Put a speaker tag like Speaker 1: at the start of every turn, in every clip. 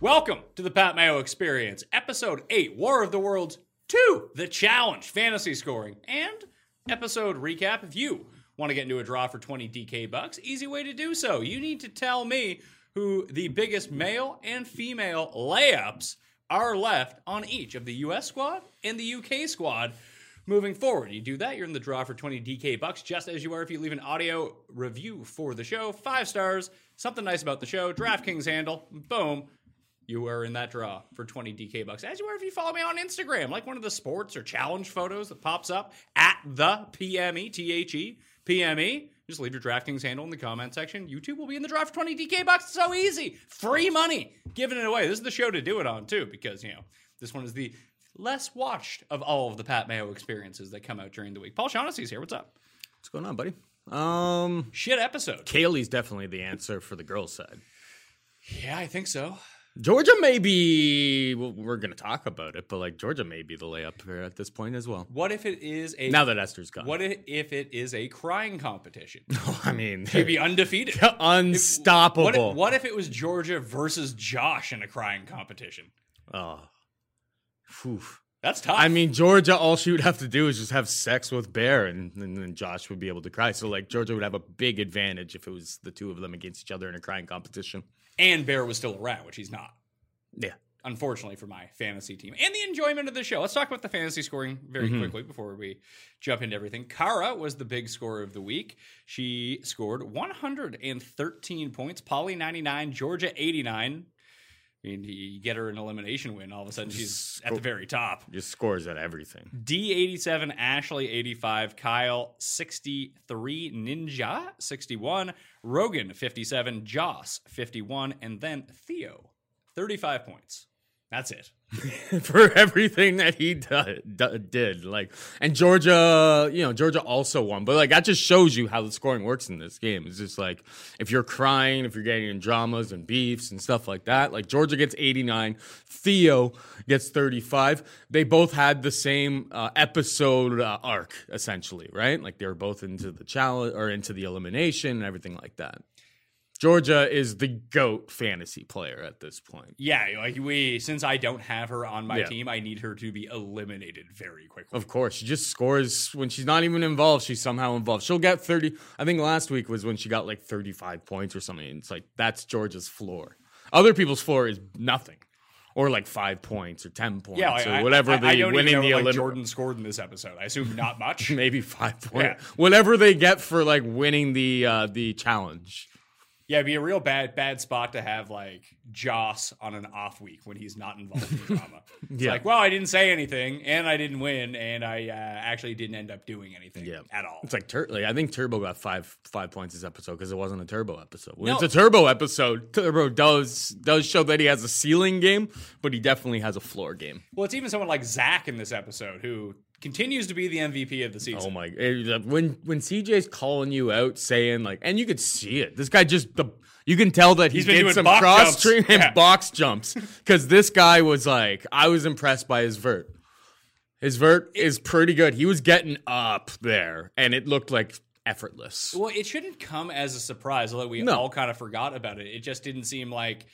Speaker 1: Welcome to the Pat Mayo Experience, Episode 8, War of the Worlds 2, The Challenge, Fantasy Scoring, and Episode Recap. If you want to get into a draw for 20 DK bucks, easy way to do so. You need to tell me who the biggest male and female layups are left on each of the US squad and the UK squad moving forward. You do that, you're in the draw for 20 DK bucks, just as you are if you leave an audio review for the show. Five stars, something nice about the show, DraftKings handle, boom, you are in that draw for 20 DK bucks. As you are if you follow me on Instagram, like one of the sports or challenge photos that pops up at the PME, T H E, PME. Just leave your DraftKings handle in the comment section. YouTube will be in the draw for 20 DK bucks. It's so easy. Free money. Giving it away. This is the show to do it on, too, because, you know, this one is the less watched of all of the Pat Mayo experiences that come out during the week. Paul Shaughnessy's here. What's up?
Speaker 2: What's going on, buddy? Um,
Speaker 1: Shit episode.
Speaker 2: Kaylee's definitely the answer for the girls' side.
Speaker 1: Yeah, I think so.
Speaker 2: Georgia may be. Well, we're going to talk about it, but like Georgia may be the layup here at this point as well.
Speaker 1: What if it is a.
Speaker 2: Now that Esther's gone,
Speaker 1: What if, if it is a crying competition?
Speaker 2: I mean,
Speaker 1: He'd be undefeated.
Speaker 2: unstoppable.
Speaker 1: What if, what if it was Georgia versus Josh in a crying competition?
Speaker 2: Oh. Phew.
Speaker 1: That's tough.
Speaker 2: I mean, Georgia, all she would have to do is just have sex with Bear, and, and then Josh would be able to cry. So, like, Georgia would have a big advantage if it was the two of them against each other in a crying competition.
Speaker 1: and Bear was still around, which he's not,
Speaker 2: Yeah.
Speaker 1: unfortunately for my fantasy team and the enjoyment of the show. Let's talk about the fantasy scoring very
Speaker 2: Mm-hmm.
Speaker 1: quickly before we jump into everything. Kara was the big scorer of the week. She scored 113 points. Polly 99, Georgia 89. I mean, you get her an elimination win, all of a sudden she's at the very top.
Speaker 2: Just scores at everything.
Speaker 1: D87, Ashley 85, Kyle 63, Ninja 61, Rogan 57, Joss 51, and then Theo 35 points. That's it.
Speaker 2: for everything that he d- d- did. Like, and Georgia, you know, Georgia also won, but like that just shows you how the scoring works in this game. It's just like if you're crying, if you're getting in dramas and beefs and stuff like that. Like Georgia gets 89, Theo gets 35. They both had the same uh, episode uh, arc essentially, right? Like they were both into the challenge or into the elimination and everything like that. Georgia is the goat fantasy player at this point.
Speaker 1: Yeah, like we since I don't have her on my
Speaker 2: Yeah.
Speaker 1: team, I need her to be eliminated very quickly.
Speaker 2: Of course, she just scores when she's not even involved. She's somehow involved. She'll get thirty. I think last week was when she got like thirty-five points or something. It's like that's Georgia's floor. Other people's floor is nothing, or like five points or ten points
Speaker 1: yeah, like,
Speaker 2: or
Speaker 1: I-
Speaker 2: whatever
Speaker 1: I,
Speaker 2: the
Speaker 1: I don't
Speaker 2: winning
Speaker 1: even know
Speaker 2: the
Speaker 1: what, like,
Speaker 2: elim-
Speaker 1: Jordan scored in this episode. I assume not much.
Speaker 2: maybe five
Speaker 1: Yeah.
Speaker 2: points. Whatever they get for like winning the uh the challenge.
Speaker 1: Yeah, it'd be a real bad bad spot to have like Joss on an off week when he's not involved in drama. It's like, well, I didn't say anything, and I didn't win, and I uh, actually didn't end up doing anything
Speaker 2: Yeah.
Speaker 1: at all.
Speaker 2: It's like, tur- like I think Turbo got five five points this episode because it wasn't a Turbo episode. When
Speaker 1: No.
Speaker 2: it's a Turbo episode, Turbo does does show that he has a ceiling game, but he definitely has a floor game.
Speaker 1: well, it's even someone like Zach in this episode who continues to be the MVP of the season.
Speaker 2: Oh my! it- When when CJ's calling you out, saying like, and you could see it. This guy just the you can tell that he
Speaker 1: He's been
Speaker 2: did
Speaker 1: doing
Speaker 2: some
Speaker 1: box
Speaker 2: cross
Speaker 1: jumps.
Speaker 2: stream and
Speaker 1: Yeah.
Speaker 2: box jumps because this guy was like, I was impressed by his vert. His vert is pretty good. He was getting up there, and it looked like effortless.
Speaker 1: Well, it shouldn't come as a surprise, although we
Speaker 2: Oh. No.
Speaker 1: all kind of forgot about it. It just didn't seem like.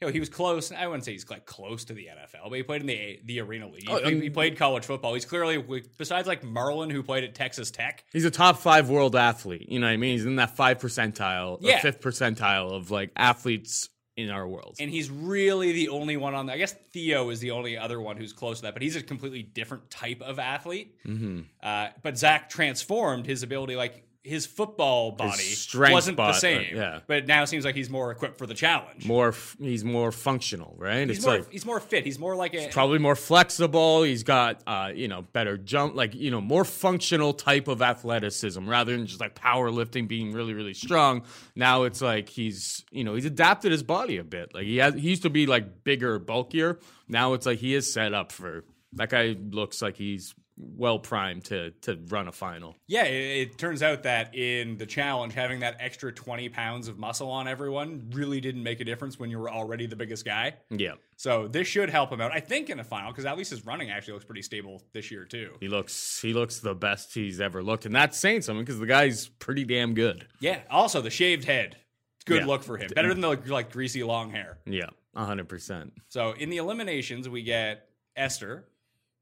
Speaker 1: You know, he was close. I wouldn't say he's like close to the NFL, but he played in the the arena league.
Speaker 2: Oh,
Speaker 1: he,
Speaker 2: um,
Speaker 1: he played college football. He's clearly, besides like Marlin, who played at Texas Tech,
Speaker 2: He's a top five world athlete. You know what I mean? He's in that five percentile, or
Speaker 1: Yeah.
Speaker 2: fifth percentile of like athletes in our world.
Speaker 1: and he's really the only one on. The, I guess Theo is the only other one who's close to that, but he's a completely different type of athlete.
Speaker 2: Mm-hmm.
Speaker 1: Uh, but Zach transformed his ability, like his football body
Speaker 2: strength
Speaker 1: wasn't
Speaker 2: bot,
Speaker 1: the
Speaker 2: uh,
Speaker 1: same.
Speaker 2: yeah.
Speaker 1: But now it seems like he's more equipped for the challenge.
Speaker 2: more, f- he's more functional, right?
Speaker 1: he's
Speaker 2: it's
Speaker 1: more,
Speaker 2: like
Speaker 1: he's more fit. He's more like a
Speaker 2: probably more flexible. He's got uh, you know better jump, like you know more functional type of athleticism rather than just like powerlifting being really really strong. Now it's like he's you know he's adapted his body a bit. Like he has he used to be like bigger, bulkier. Now it's like he is set up for that guy. Looks like he's well primed to to run a final.
Speaker 1: Yeah, it, it turns out that in the challenge, having that extra 20 pounds of muscle on everyone really didn't make a difference when you were already the biggest guy.
Speaker 2: Yeah.
Speaker 1: So this should help him out, I think, in the final, because at least his running actually looks pretty stable this year, too.
Speaker 2: He looks he looks the best he's ever looked, and that's saying something because the guy's pretty damn good.
Speaker 1: Yeah, also the shaved head. Good
Speaker 2: Yeah.
Speaker 1: look for him. Better than the like greasy long hair.
Speaker 2: Yeah, hundred percent.
Speaker 1: So in the eliminations, we get Esther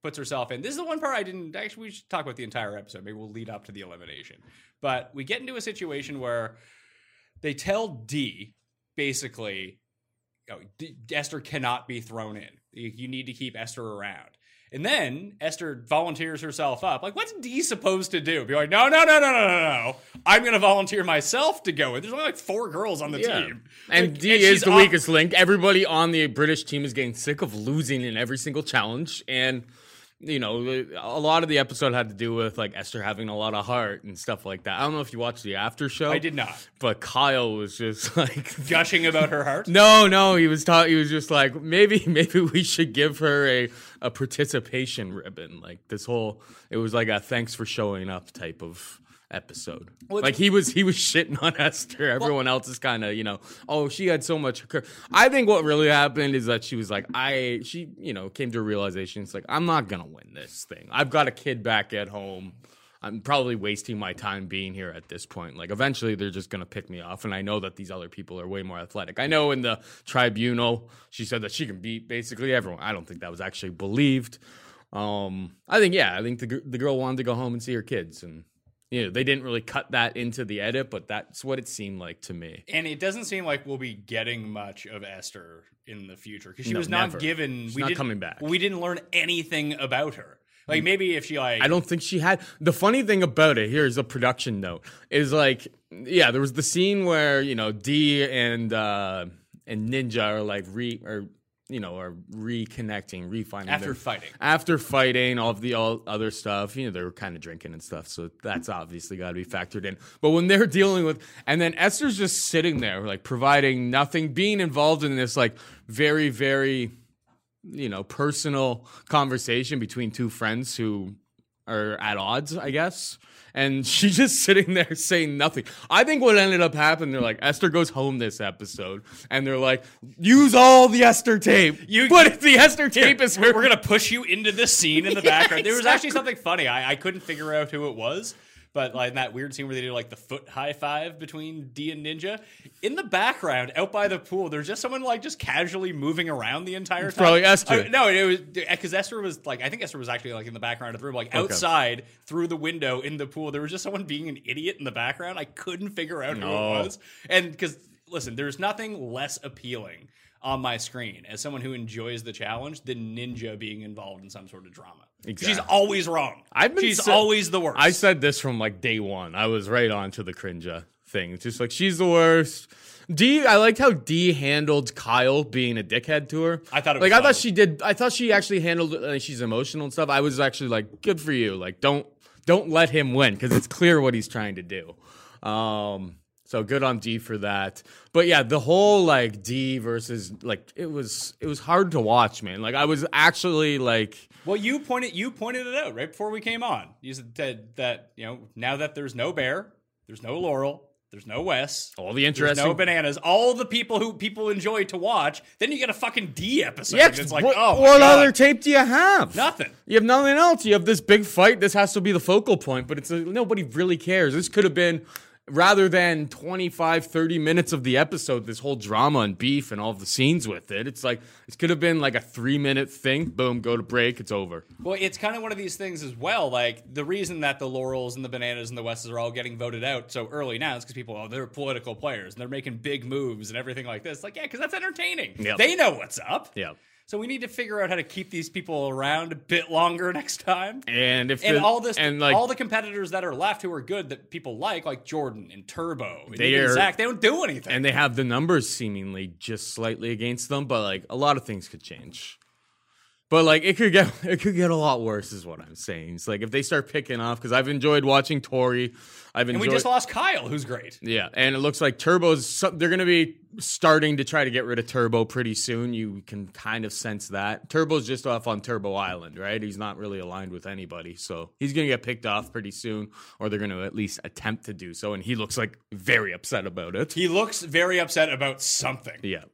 Speaker 1: puts herself in. This is the one part I didn't actually. We should talk about the entire episode. Maybe we'll lead up to the elimination. But we get into a situation where they tell D basically, you know, D- Esther cannot be thrown in. You, you need to keep Esther around. And then Esther volunteers herself up. Like, what's D supposed to do? Be like, no, no, no, no, no, no, no. I'm going to volunteer myself to go. in. There's only like four girls on the team.
Speaker 2: And
Speaker 1: Like,
Speaker 2: D
Speaker 1: she's
Speaker 2: is the
Speaker 1: off-
Speaker 2: weakest link. Everybody on the British team is getting sick of losing in every single challenge. And, you know, a lot of the episode had to do with like Esther having a lot of heart and stuff like that. I don't know if you watched the after show.
Speaker 1: I did not.
Speaker 2: But Kyle was just like,
Speaker 1: Gushing about her heart.
Speaker 2: no, no, he was ta- he was just like maybe maybe we should give her a a participation ribbon. Like this whole it was like a thanks for showing up type of episode.
Speaker 1: Well,
Speaker 2: like he was he was shitting on Esther. Everyone else is kind of, you know, oh, she had so much cur-" I think what really happened is that she was like I she, you know, came to a realization it's like I'm not going to win this thing. I've got a kid back at home. I'm probably wasting my time being here at this point. Like, eventually they're just going to pick me off. And I know that these other people are way more athletic. I know in the tribunal, she said that she can beat basically everyone. I don't think that was actually believed. Um, I think, yeah, I think the, gr- the girl wanted to go home and see her kids. And, you know, they didn't really cut that into the edit, but that's what it seemed like to me.
Speaker 1: and it doesn't seem like we'll be getting much of Esther in the future because she
Speaker 2: No,
Speaker 1: was not
Speaker 2: never.
Speaker 1: given.
Speaker 2: She's
Speaker 1: we
Speaker 2: not
Speaker 1: didn't,
Speaker 2: coming back. Mm.
Speaker 1: We didn't learn anything about her. Like maybe if she like
Speaker 2: I don't think she had. The funny thing about it here is a production note is like, yeah, there was the scene where you know D and uh, and Ninja are like re or you know are reconnecting, refinding
Speaker 1: After
Speaker 2: their-
Speaker 1: fighting.
Speaker 2: after fighting all of the all other stuff. You know they were kind of drinking and stuff, so that's obviously got to be factored in. But when they're dealing with, and then Esther's just sitting there like providing nothing, being involved in this like very very you know personal conversation between two friends who are at odds, I guess. And she's just sitting there saying nothing. I think what ended up happening, they're like, Esther goes home this episode, and they're like, use all the Esther tape.
Speaker 1: You-
Speaker 2: but if the Esther tape is
Speaker 1: We're,
Speaker 2: her,
Speaker 1: we're gonna push you into this scene in the
Speaker 2: Yeah,
Speaker 1: background. There was actually
Speaker 2: exactly.
Speaker 1: something funny. I, I couldn't figure out who it was. But like in that weird scene where they do like the foot high five between D and Ninja, in the background, out by the pool, there's just someone like just casually moving around the entire time.
Speaker 2: probably Esther.
Speaker 1: I- no, it was because Esther was like I think Esther was actually like in the background of the room, like outside through the window in the pool. There was just someone being an idiot in the background. I couldn't figure out who
Speaker 2: No.
Speaker 1: it was, and because listen, there's nothing less appealing on my screen as someone who enjoys the challenge than Ninja being involved in some sort of drama. She's
Speaker 2: Exactly.
Speaker 1: always wrong.
Speaker 2: I've been
Speaker 1: She's
Speaker 2: sa-
Speaker 1: always the worst.
Speaker 2: I said this from like day one. I was right on to the cringe. thing. It's just like she's the worst. D, I liked how D handled Kyle being a dickhead to her.
Speaker 1: I thought it was
Speaker 2: like I thought
Speaker 1: funny.
Speaker 2: she did. I thought she actually handled. it, Like, she's emotional and stuff. I was actually like, good for you. Like don't don't let him win because it's clear what he's trying to do. Um, so good on D for that. But yeah, the whole like D versus like it was it was hard to watch, man. Like I was actually like.
Speaker 1: Well, you pointed you pointed it out right before we came on. You said that, that you know now that there's no bear, there's no Laurel, there's no Wes,
Speaker 2: All the
Speaker 1: there's
Speaker 2: interesting-
Speaker 1: no bananas. All the people who people enjoy to watch. Then you get a fucking D episode.
Speaker 2: Yeah,
Speaker 1: and it's like
Speaker 2: what,
Speaker 1: oh, my
Speaker 2: what
Speaker 1: God.
Speaker 2: other tape do you have?
Speaker 1: Nothing.
Speaker 2: You have nothing else. You have this big fight. This has to be the focal point, but it's like nobody really cares. This could have been rather than 25 30 minutes of the episode this whole drama and beef and all the scenes with it it's like it could have been like a three minute thing boom go to break it's over
Speaker 1: Well, it's kind of one of these things as well. Like the reason that the Laurels and the Bananas and the Wests are all getting voted out so early now is because people, oh, they're political players and they're making big moves and everything like this. Like, yeah, because that's entertaining.
Speaker 2: Yep.
Speaker 1: They know what's up.
Speaker 2: yeah
Speaker 1: So we need to figure out how to keep these people around a bit longer next time.
Speaker 2: and if
Speaker 1: And
Speaker 2: the-
Speaker 1: all this,
Speaker 2: and like
Speaker 1: all the competitors that are left who are good that people like, like Jordan and Turbo and
Speaker 2: They
Speaker 1: even
Speaker 2: are-
Speaker 1: Zach, they don't do anything.
Speaker 2: and they have the numbers seemingly just slightly against them, but like a lot of things could change. But like it could get it could get a lot worse, is what I'm saying. It's like if they start picking off, because I've enjoyed watching Tori, I've
Speaker 1: and
Speaker 2: enjoyed
Speaker 1: we just lost Kyle, who's great.
Speaker 2: yeah, and it looks like Turbo's. so- They're going to be starting to try to get rid of Turbo pretty soon. You can kind of sense that Turbo's just off on Turbo Island, right? He's not really aligned with anybody, so he's going to get picked off pretty soon, or they're going to at least attempt to do so. And he looks like very upset about it.
Speaker 1: He looks very upset about something.
Speaker 2: Yeah.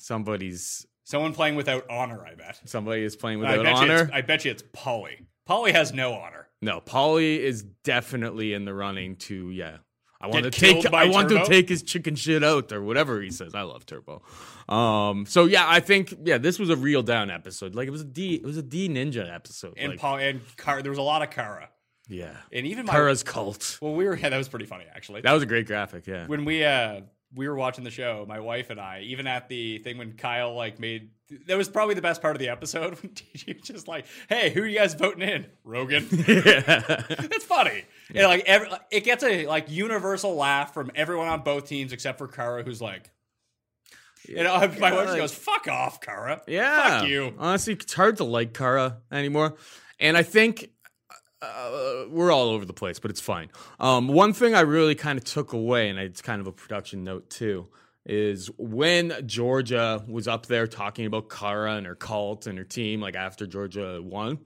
Speaker 2: Somebody's
Speaker 1: Someone playing without honor, I bet.
Speaker 2: somebody is playing
Speaker 1: I
Speaker 2: without
Speaker 1: bet, you
Speaker 2: honor.
Speaker 1: it's, I bet you it's Polly. Polly has no honor.
Speaker 2: no, Polly is definitely in the running to yeah. I want
Speaker 1: Get
Speaker 2: to take
Speaker 1: killed by
Speaker 2: I want to
Speaker 1: Turbo?
Speaker 2: take his chicken shit out or whatever he says. I love Turbo. Um so yeah, I think yeah, this was a real down episode. Like it was a D it was a D ninja episode.
Speaker 1: And
Speaker 2: like,
Speaker 1: Paul and Kara, there was a lot of Kara,
Speaker 2: yeah.
Speaker 1: and even my.
Speaker 2: Kara's cult.
Speaker 1: well, we were yeah, that was pretty funny actually.
Speaker 2: That was a great graphic, yeah.
Speaker 1: when we uh we were watching the show, my wife and I, even at the thing when Kyle like made that was probably the best part of the episode when TG was just like, "Hey, who are you guys voting in? Rogan." That's funny. And like every, it gets a like universal laugh from everyone on both teams except for Kara, who's like. And uh, my wife just
Speaker 2: like-
Speaker 1: goes, "Fuck off, Kara."
Speaker 2: Yeah.
Speaker 1: fuck you.
Speaker 2: Honestly, it's hard to like Kara anymore. And I think uh, we're all over the place, but it's fine. Um, one thing I really kind of took away, and it's kind of a production note too, is when Georgia was up there talking about Kara and her cult and her team, like after Georgia won.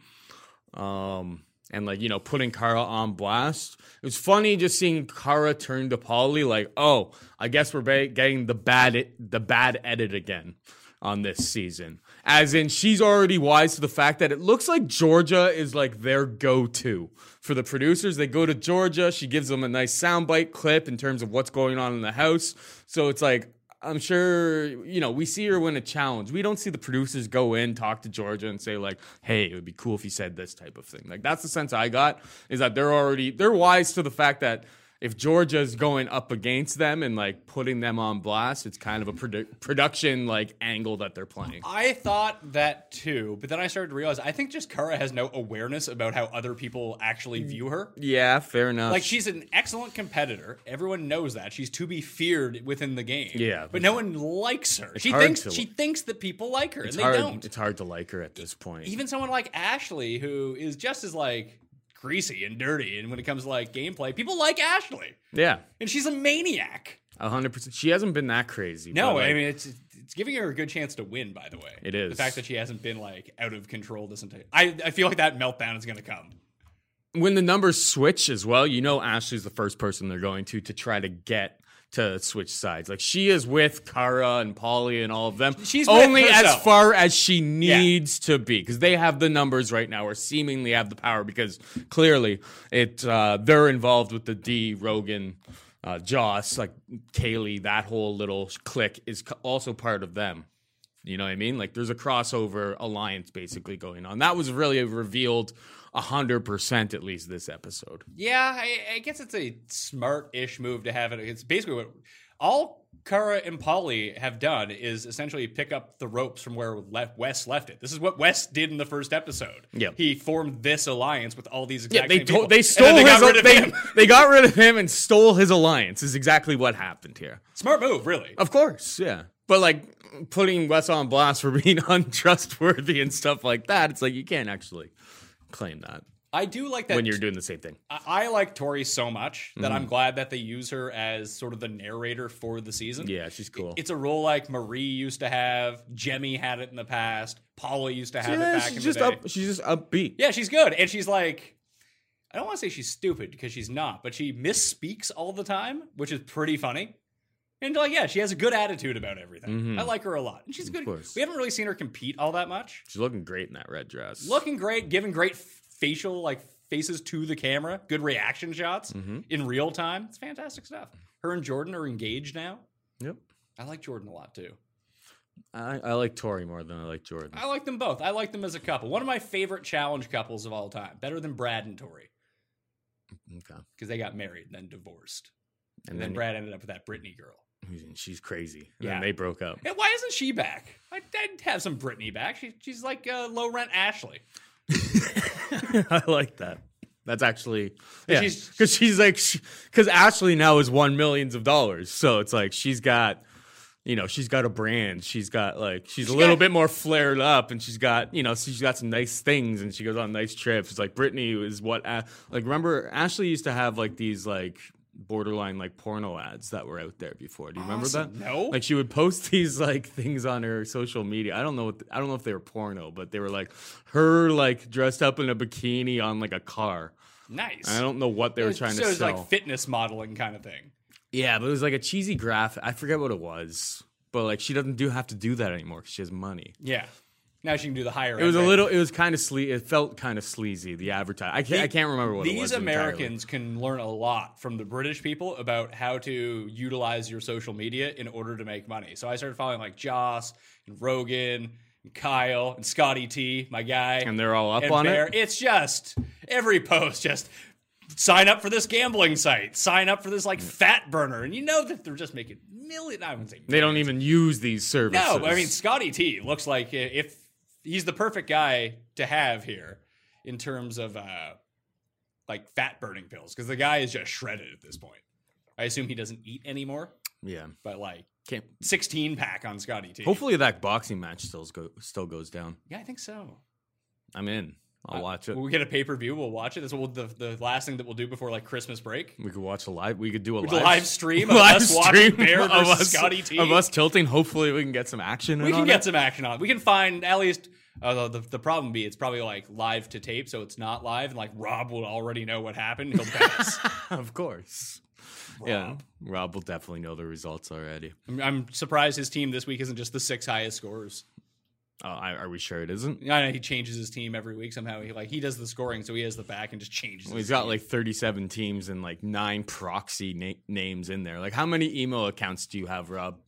Speaker 2: Um, and like you know, putting Kara on blast. It was funny just seeing Kara turn to Polly, like, "Oh, I guess we're ba- getting the bad, e, the bad edit again." on this season. As in, she's already wise to the fact that it looks like Georgia is like their go to for the producers. They go to Georgia, she gives them a nice soundbite clip in terms of what's going on in the house. So it's like, I'm sure, you know, we see her win a challenge. We don't see the producers go in, talk to Georgia, and say, like, hey, it would be cool if you said this type of thing. Like, that's the sense I got is that they're already, they're wise to the fact that if Georgia's going up against them and like putting them on blast, it's kind of a produ- production like angle that they're playing.
Speaker 1: I thought that too, but then I started to realize I think just Kara has no awareness about how other people actually
Speaker 2: Mm.
Speaker 1: view her.
Speaker 2: Yeah, fair enough.
Speaker 1: Like she's an excellent competitor. Everyone knows that. She's to be feared within the game.
Speaker 2: Yeah.
Speaker 1: But no one likes her. She
Speaker 2: hard
Speaker 1: thinks
Speaker 2: to-
Speaker 1: she thinks that people like her
Speaker 2: it's
Speaker 1: and they
Speaker 2: hard.
Speaker 1: don't.
Speaker 2: It's hard to like her at this point.
Speaker 1: Even someone like Ashley who is just as like greasy and dirty and when it comes to like gameplay, people like Ashley.
Speaker 2: yeah,
Speaker 1: And she's a maniac.
Speaker 2: hundred percent. She hasn't been that crazy.
Speaker 1: No,
Speaker 2: but, like,
Speaker 1: I mean it's it's giving her a good chance to win by the way.
Speaker 2: It is.
Speaker 1: The fact that she hasn't been like out of control this entire I I feel like that meltdown is going to come.
Speaker 2: when the numbers switch as well, you know Ashley's the first person they're going to to try to get to switch sides. Like she is with Kara and Polly and all of them.
Speaker 1: She's with
Speaker 2: only as
Speaker 1: herself.
Speaker 2: far as she needs to be because they have the numbers right now, or seemingly have the power because clearly it uh, they're involved with the D Rogan. Uh, Joss, like Kaylee, that whole little clique is co- also part of them. You know what I mean? Like there's a crossover alliance basically going on. That was really revealed 100% at least this episode.
Speaker 1: Yeah, I, I guess it's a smart-ish move to have it. It's basically what All Kara and Polly have done is essentially pick up the ropes from where left Wes left it. This is what Wes did in the first episode.
Speaker 2: Yeah.
Speaker 1: he formed this alliance with all these
Speaker 2: Yeah,
Speaker 1: exact.
Speaker 2: they
Speaker 1: same people,
Speaker 2: told, they
Speaker 1: and
Speaker 2: stole
Speaker 1: then
Speaker 2: his
Speaker 1: got rid of
Speaker 2: they,
Speaker 1: him.
Speaker 2: they got rid of him and stole his alliance is exactly what happened here.
Speaker 1: Smart move, really.
Speaker 2: Of course, yeah. But like putting Wes on blast for being untrustworthy and stuff like that, it's like you can't actually claim that
Speaker 1: I do like that
Speaker 2: when you're doing the same thing.
Speaker 1: I, I like Tori so much that
Speaker 2: Mm.
Speaker 1: I'm glad that they use her as sort of the narrator for the season.
Speaker 2: Yeah, she's cool.
Speaker 1: It's a role like Marie used to have, Jemmy had it in the past, Paula used to have it
Speaker 2: yeah,
Speaker 1: back in
Speaker 2: she's just
Speaker 1: the day.
Speaker 2: up. She's just upbeat.
Speaker 1: Yeah, she's good. And she's like, I don't want to say she's stupid because she's not, but she misspeaks all the time, which is pretty funny. And like, yeah, she has a good attitude about everything. I like her a lot. And she's good.
Speaker 2: Mm-hmm. course.
Speaker 1: We haven't really seen her compete all that much.
Speaker 2: She's looking great in that red dress.
Speaker 1: looking great, giving great facial like faces to the camera, good reaction shots
Speaker 2: Mm-hmm.
Speaker 1: in real time. It's fantastic stuff. Her and Jordan are engaged now.
Speaker 2: Yep.
Speaker 1: I like Jordan a lot too.
Speaker 2: I, I like Tori more than I like Jordan.
Speaker 1: I like them both. I like them as a couple. One of my favorite challenge couples of all time, better than Brad and Tori,
Speaker 2: okay.
Speaker 1: because they got married and then divorced. And,
Speaker 2: And
Speaker 1: then,
Speaker 2: then,
Speaker 1: Brad ended up with that Britney girl.
Speaker 2: she's crazy. And
Speaker 1: Yeah.
Speaker 2: then they broke up.
Speaker 1: And why isn't she back? I, I'd have some Britney back. She, she's like uh, low rent Ashley.
Speaker 2: I like that. That's actually yeah,
Speaker 1: she's-
Speaker 2: because she's like because Ashley now is won millions of dollars, so it's like she's got you know she's got a brand, she's got like she's a little
Speaker 1: got-
Speaker 2: bit more flared up, and she's got you know she's got some nice things, and she goes on nice trips. It's like Brittany is what A- like remember Ashley used to have like these like borderline like porno ads that were out there before. Do you remember that?
Speaker 1: No.
Speaker 2: Like she would post these like things on her social media. I don't know. What I don't know if they were porno, but they were like her like dressed up in a bikini on like a car.
Speaker 1: Nice.
Speaker 2: I don't know what they
Speaker 1: It
Speaker 2: were
Speaker 1: was-
Speaker 2: trying
Speaker 1: so
Speaker 2: to
Speaker 1: it's
Speaker 2: sell.
Speaker 1: like fitness modeling kind of thing.
Speaker 2: yeah, but it was like a cheesy graphic. I forget what it was, but like she doesn't do have to do that anymore 'cause she has money.
Speaker 1: Yeah. Now she can do the higher.
Speaker 2: It was a little. It was kind of sleazy. It felt kind of sleazy. The advertising. I can't. I can't remember what it was
Speaker 1: These
Speaker 2: entirely.
Speaker 1: Americans can learn a lot from the British people about how to utilize your social media in order to make money. So I started following like Joss and Rogan and Kyle and Scotty T, my guy.
Speaker 2: And they're all up
Speaker 1: and
Speaker 2: on
Speaker 1: Bear.
Speaker 2: it.
Speaker 1: It's just every post just sign up for this gambling site, sign up for this like fat burner. And you know that they're just making million I wouldn't say
Speaker 2: They don't even use these services.
Speaker 1: No, but I mean Scotty T looks like i- if he's the perfect guy to have here in terms of uh, like fat burning pills because the guy is just shredded at this point. I assume he doesn't eat anymore,
Speaker 2: yeah.
Speaker 1: but like
Speaker 2: Can't.
Speaker 1: sixteen pack on Scotty T.
Speaker 2: Hopefully that boxing match still go still goes down.
Speaker 1: yeah, I think so.
Speaker 2: I'm in. I'll watch it.
Speaker 1: When we get a pay per view, we'll watch it. That's what we'll, the the last thing that we'll do before like Christmas break.
Speaker 2: We could watch a live. We could do a
Speaker 1: We
Speaker 2: live,
Speaker 1: could live stream of us watching Bear versus Scotty T.
Speaker 2: of us tilting. Hopefully, we can get some action.
Speaker 1: We
Speaker 2: in
Speaker 1: can
Speaker 2: on
Speaker 1: get
Speaker 2: it.
Speaker 1: some action on. it. We can find at least. Although the, the problem be it's probably like live to tape, so it's not live, and like Rob will already know what happened. He'll bet us.
Speaker 2: of course. Yeah, Rob will definitely know the results already.
Speaker 1: I'm, I'm surprised his team this week isn't just the six highest scorers.
Speaker 2: Oh, I, are we sure it isn't?
Speaker 1: I know he changes his team every week somehow. He like he does the scoring, so he has the back and just changes.
Speaker 2: Well,
Speaker 1: his
Speaker 2: he's got like 37 teams and like nine proxy na- names in there. Like, how many email accounts do you have, Rob?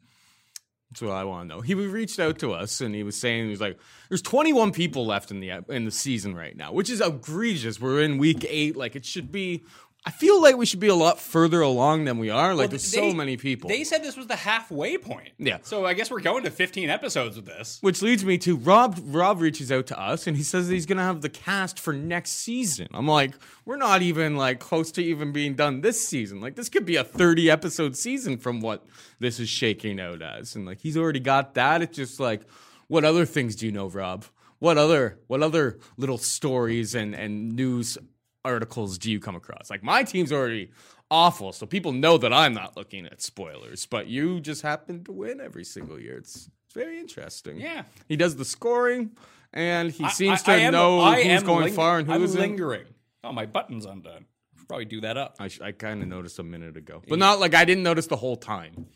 Speaker 2: That's what I want to know. He reached out to us and he was saying he was like, "There's 21 people left in the in the season right now, which is egregious. We're in week eight. Like, it should be. I feel like we should be a lot further along than we are. Like,
Speaker 1: Well,
Speaker 2: there's
Speaker 1: they-
Speaker 2: so many people.
Speaker 1: They said this was the halfway point.
Speaker 2: Yeah.
Speaker 1: So I guess we're going to 15 episodes with this.
Speaker 2: Which leads me to Rob. Rob reaches out to us and he says he's gonna have the cast for next season. I'm like, we're not even like close to even being done this season. Like this could be a 30 episode season from what this is shaking out as. And like he's already got that. It's just like, what other things do you know, Rob? What other what other little stories and and news articles do you come across? Like my team's already awful, so people know that I'm not looking at spoilers, but you just happen to win every single year. It's it's very interesting.
Speaker 1: Yeah.
Speaker 2: He does the scoring and he
Speaker 1: I-
Speaker 2: seems
Speaker 1: I-
Speaker 2: to
Speaker 1: I am-
Speaker 2: know
Speaker 1: I
Speaker 2: who's
Speaker 1: am
Speaker 2: going
Speaker 1: ling-
Speaker 2: far and who
Speaker 1: I'm
Speaker 2: isn't.
Speaker 1: lingering. Oh, my button's undone. Should Probably do that up.
Speaker 2: I, sh- I kind of noticed a minute ago, but not like I didn't notice the whole time.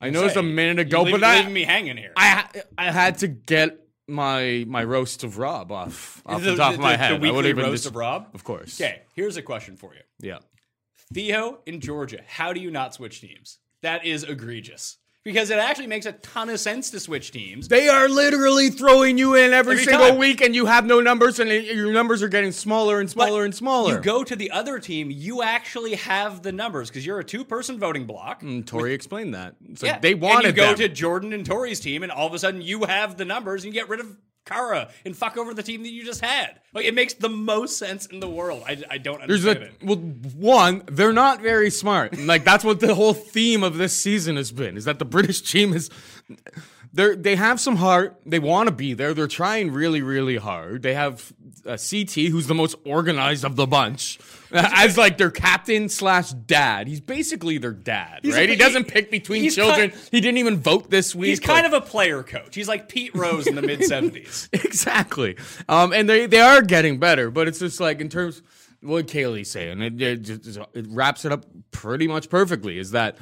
Speaker 2: I noticed a
Speaker 1: Say,
Speaker 2: minute
Speaker 1: you're
Speaker 2: ago,
Speaker 1: leaving,
Speaker 2: but I,
Speaker 1: leaving me hanging here.
Speaker 2: I ha- I had to get my my roast of Rob off off the, top of my head. I
Speaker 1: The weekly
Speaker 2: would've been
Speaker 1: roast
Speaker 2: dis-
Speaker 1: of Rob.
Speaker 2: of course.
Speaker 1: Okay, here's a question for you.
Speaker 2: Yeah.
Speaker 1: Theo in Georgia, how do you not switch teams? That is egregious. because it actually makes a ton of sense to switch teams.
Speaker 2: They are literally throwing you in every,
Speaker 1: Every
Speaker 2: single
Speaker 1: time.
Speaker 2: week, and you have no numbers, and it- your numbers are getting smaller and
Speaker 1: But
Speaker 2: smaller and smaller.
Speaker 1: You go to the other team, you actually have the numbers because you're a two person voting block.
Speaker 2: And Tori explained that. So
Speaker 1: Yeah.
Speaker 2: Mm, they wanted
Speaker 1: and you go
Speaker 2: them.
Speaker 1: to Jordan and Tori's team, and all of a sudden you have the numbers, and you get rid of Kara and fuck over the team that you just had. Like it makes the most sense in the world. I, I don't
Speaker 2: There's
Speaker 1: understand
Speaker 2: a
Speaker 1: it.
Speaker 2: well, one. They're not very smart. And, Like that's what the whole theme of this season has been: is that the British team is they they have some heart. They want to be there. They're trying really, really hard. They have uh, CT, who's the most organized of the bunch, as like their captain slash dad. He's basically their dad,
Speaker 1: He's
Speaker 2: right?
Speaker 1: a-
Speaker 2: he doesn't
Speaker 1: he-
Speaker 2: pick between
Speaker 1: he's
Speaker 2: children.
Speaker 1: kind-
Speaker 2: he didn't even vote this week.
Speaker 1: He's kind of a player coach. He's like Pete Rose in the mid 70s.
Speaker 2: exactly. Um, and they they are getting better, but it's just like in terms what Kaylee's saying, it, it just it wraps it up pretty much perfectly. Is that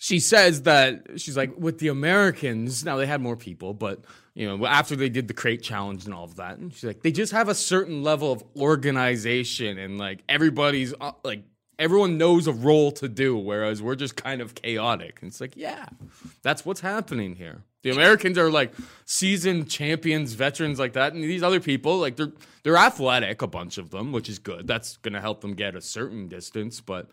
Speaker 2: she says that she's like with the Americans now they had more people, but you know after they did the crate challenge and all of that, and she's like they just have a certain level of organization and like everybody's uh, like. Everyone knows a role to do, whereas we're just kind of chaotic. And it's like, yeah, that's what's happening here. The Americans are like seasoned champions, veterans like that, and these other people, like they're they're athletic, a bunch of them, which is good. That's gonna help them get a certain distance, but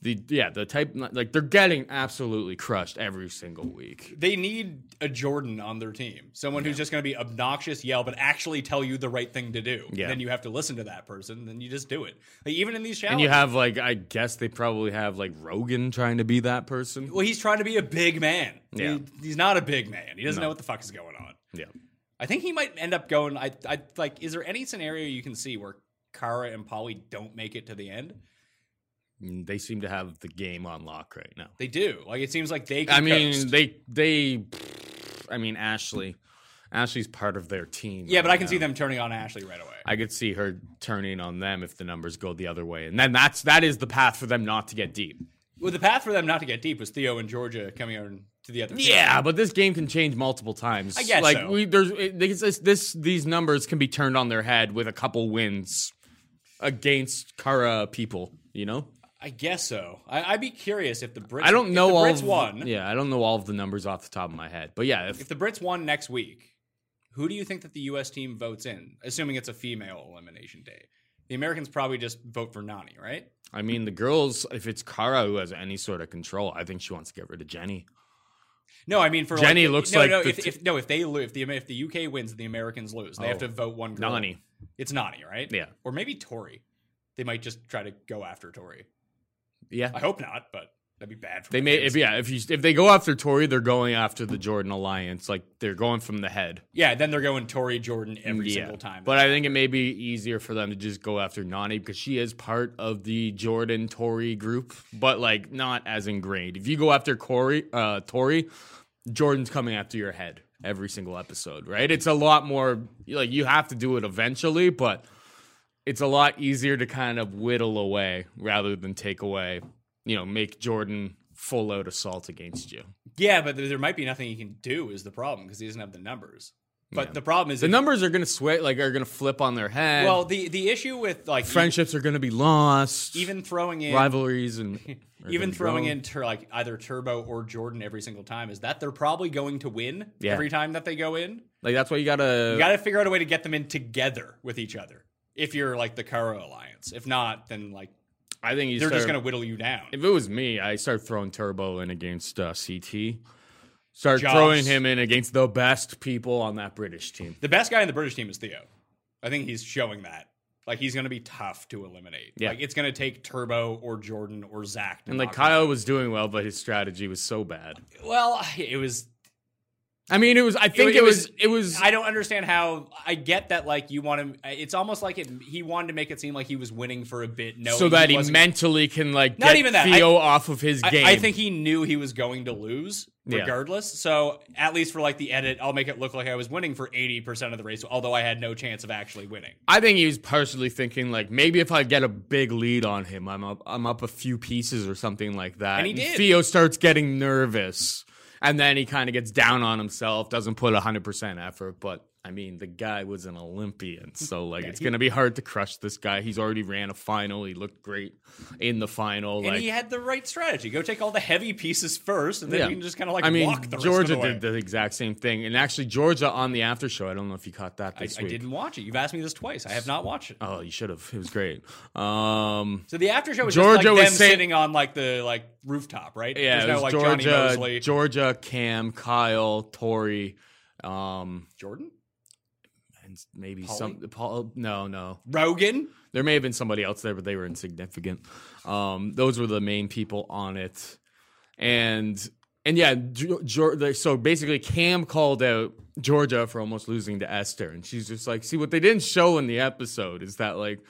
Speaker 2: the yeah, the type like they're getting absolutely crushed every single week.
Speaker 1: They need a Jordan on their team, someone who's just going to be obnoxious, yell, but actually tell you the right thing to do.
Speaker 2: Yeah.
Speaker 1: Then you have to listen to that person. Then you just do it. Like, even in these challenges,
Speaker 2: And you have like I guess they probably have like Rogan trying to be that person.
Speaker 1: well, he's trying to be a big man.
Speaker 2: Yeah.
Speaker 1: He- he's not a big man. He doesn't know what the fuck is going on.
Speaker 2: Yeah.
Speaker 1: I think he might end up going. I, I like. Is there any scenario you can see where Kara and Polly don't make it to the end?
Speaker 2: And Mm, They seem to have the game on lock right now.
Speaker 1: They do. Like it seems like they. Can
Speaker 2: I mean,
Speaker 1: coast.
Speaker 2: they they I mean Ashley. Ashley's part of their team.
Speaker 1: yeah, but
Speaker 2: right
Speaker 1: I can
Speaker 2: now.
Speaker 1: see them turning on Ashley right away.
Speaker 2: I could see her turning on them if the numbers go the other way, and then that's that is the path for them not to get deep.
Speaker 1: Well, the path for them not to get deep was Theo and Georgia coming out to the other. team.
Speaker 2: Yeah, but this game can change multiple times.
Speaker 1: I guess
Speaker 2: like
Speaker 1: so.
Speaker 2: we there's it, this, this- this these numbers can be turned on their head with a couple wins against Kara people. You know,
Speaker 1: I guess so. I, I'd be curious if the Brits.
Speaker 2: I don't know
Speaker 1: if the
Speaker 2: all.
Speaker 1: Brits
Speaker 2: of,
Speaker 1: won.
Speaker 2: Yeah, I don't know all of the numbers off the top of my head, but yeah, if,
Speaker 1: If the Brits won next week, who do you think that the U.S. team votes in? Assuming it's a female elimination day, the Americans probably just vote for Nani, right?
Speaker 2: I mean the girls, if it's Kara who has any sort of control, I think she wants to get rid of Jenny.
Speaker 1: No, I mean for
Speaker 2: Jenny
Speaker 1: like,
Speaker 2: looks
Speaker 1: no,
Speaker 2: like
Speaker 1: no.
Speaker 2: the
Speaker 1: If,
Speaker 2: t-
Speaker 1: if no, if they lose, if the if the UK wins, the Americans lose. They have
Speaker 2: Oh.
Speaker 1: to vote one. Girl.
Speaker 2: Nani.
Speaker 1: it's Nani, right?
Speaker 2: Yeah.
Speaker 1: or maybe Tory. They might just try to go after Tory.
Speaker 2: Yeah,
Speaker 1: I hope not, but that'd be bad. For
Speaker 2: They
Speaker 1: my
Speaker 2: may
Speaker 1: kids.
Speaker 2: if yeah if you if they go after Tory, they're going after the Jordan alliance. Like they're going from the head
Speaker 1: yeah. Then they're going Tory Jordan every
Speaker 2: Yeah.
Speaker 1: single time.
Speaker 2: But I think it may be easier for them to just go after Nani because she is part of the Jordan Tory group, but like not as ingrained. If you go after Corey uh, Tory, Jordan's coming after your head every single episode, right? It's a lot more like you have to do it eventually, but it's a lot easier to kind of whittle away rather than take away. You know, make Jordan full out assault against you.
Speaker 1: yeah, but there there might be nothing he can do. Is the problem because he doesn't have the numbers. But the problem is
Speaker 2: The
Speaker 1: if-
Speaker 2: numbers are going to sway, like are going to flip on their head.
Speaker 1: Well, the the issue with like e
Speaker 2: friendships are going to be lost.
Speaker 1: even throwing in
Speaker 2: rivalries and are
Speaker 1: even
Speaker 2: gonna
Speaker 1: throwing
Speaker 2: grow.
Speaker 1: in tur like either Turbo or Jordan every single time is that they're probably going to win
Speaker 2: Yeah. Uh,
Speaker 1: every time that they go in.
Speaker 2: like that's why you gotta.
Speaker 1: You got to figure out a way to get them in together with each other. If you're like the Kara alliance, if not, then like
Speaker 2: I think you
Speaker 1: they're just
Speaker 2: start-
Speaker 1: going to whittle you down.
Speaker 2: If it was me, I start throwing Turbo in against uh, CT. Start
Speaker 1: Jobs.
Speaker 2: throwing him in against the best people on that British team.
Speaker 1: The best guy in the British team is Theo. I think he's showing that. Like he's going to be tough to eliminate.
Speaker 2: Yeah.
Speaker 1: Like it's going to take Turbo or Jordan or Zach. To
Speaker 2: And like
Speaker 1: knock him out.
Speaker 2: Kyle was doing well, but his strategy was so bad.
Speaker 1: well, it was
Speaker 2: I mean, it was. I think it,
Speaker 1: it
Speaker 2: was.
Speaker 1: was-
Speaker 2: It was.
Speaker 1: I don't understand how. I get that, like you want him. It's almost like it, he wanted to make it seem like he was winning for a bit, no,
Speaker 2: so that he
Speaker 1: wasn't-
Speaker 2: mentally can like
Speaker 1: Not
Speaker 2: get
Speaker 1: even that. I-
Speaker 2: Theo off of his
Speaker 1: I,
Speaker 2: game.
Speaker 1: I think he knew he was going to lose
Speaker 2: Yeah.
Speaker 1: regardless. So at least for like the edit, I'll make it look like I was winning for eighty percent of the race, although I had no chance of actually winning.
Speaker 2: I think he was partially thinking like maybe if I get a big lead on him, I'm up, I'm up a few pieces or something like that.
Speaker 1: And he did.
Speaker 2: Theo starts getting nervous, and then he kind of gets down on himself, doesn't put hundred percent effort. But I mean, the guy was an Olympian, so like it's gonna be hard to crush this guy. He's already ran a final. He looked great in the final.
Speaker 1: And
Speaker 2: like
Speaker 1: he had the right strategy. Go take all the heavy pieces first, and then you can just kind of like
Speaker 2: I mean,
Speaker 1: walk the rest
Speaker 2: Georgia
Speaker 1: of the way.
Speaker 2: did the exact same thing, and actually Georgia on the after show. I don't know if you caught that
Speaker 1: I,
Speaker 2: this
Speaker 1: I
Speaker 2: week.
Speaker 1: didn't watch it. You've asked me this twice. I have not watched it.
Speaker 2: Oh, you should have. It was great. Um,
Speaker 1: So the after show was just
Speaker 2: Georgia
Speaker 1: like
Speaker 2: was
Speaker 1: them
Speaker 2: saying-
Speaker 1: sitting on like the like rooftop, right?
Speaker 2: yeah,
Speaker 1: There's
Speaker 2: it
Speaker 1: no
Speaker 2: was
Speaker 1: like Johnny
Speaker 2: Georgia,
Speaker 1: Mosley,
Speaker 2: Georgia, Cam, Kyle, Tori, um,
Speaker 1: Jordan,
Speaker 2: and maybe
Speaker 1: Pauly?
Speaker 2: some Paul. No, no,
Speaker 1: Rogan.
Speaker 2: there may have been somebody else there, but they were insignificant. Um, those were the main people on it, and and yeah, Ge- Ge- like, so basically, Cam called out Georgia for almost losing to Esther, and she's just like, "See, what they didn't show in the episode is that like."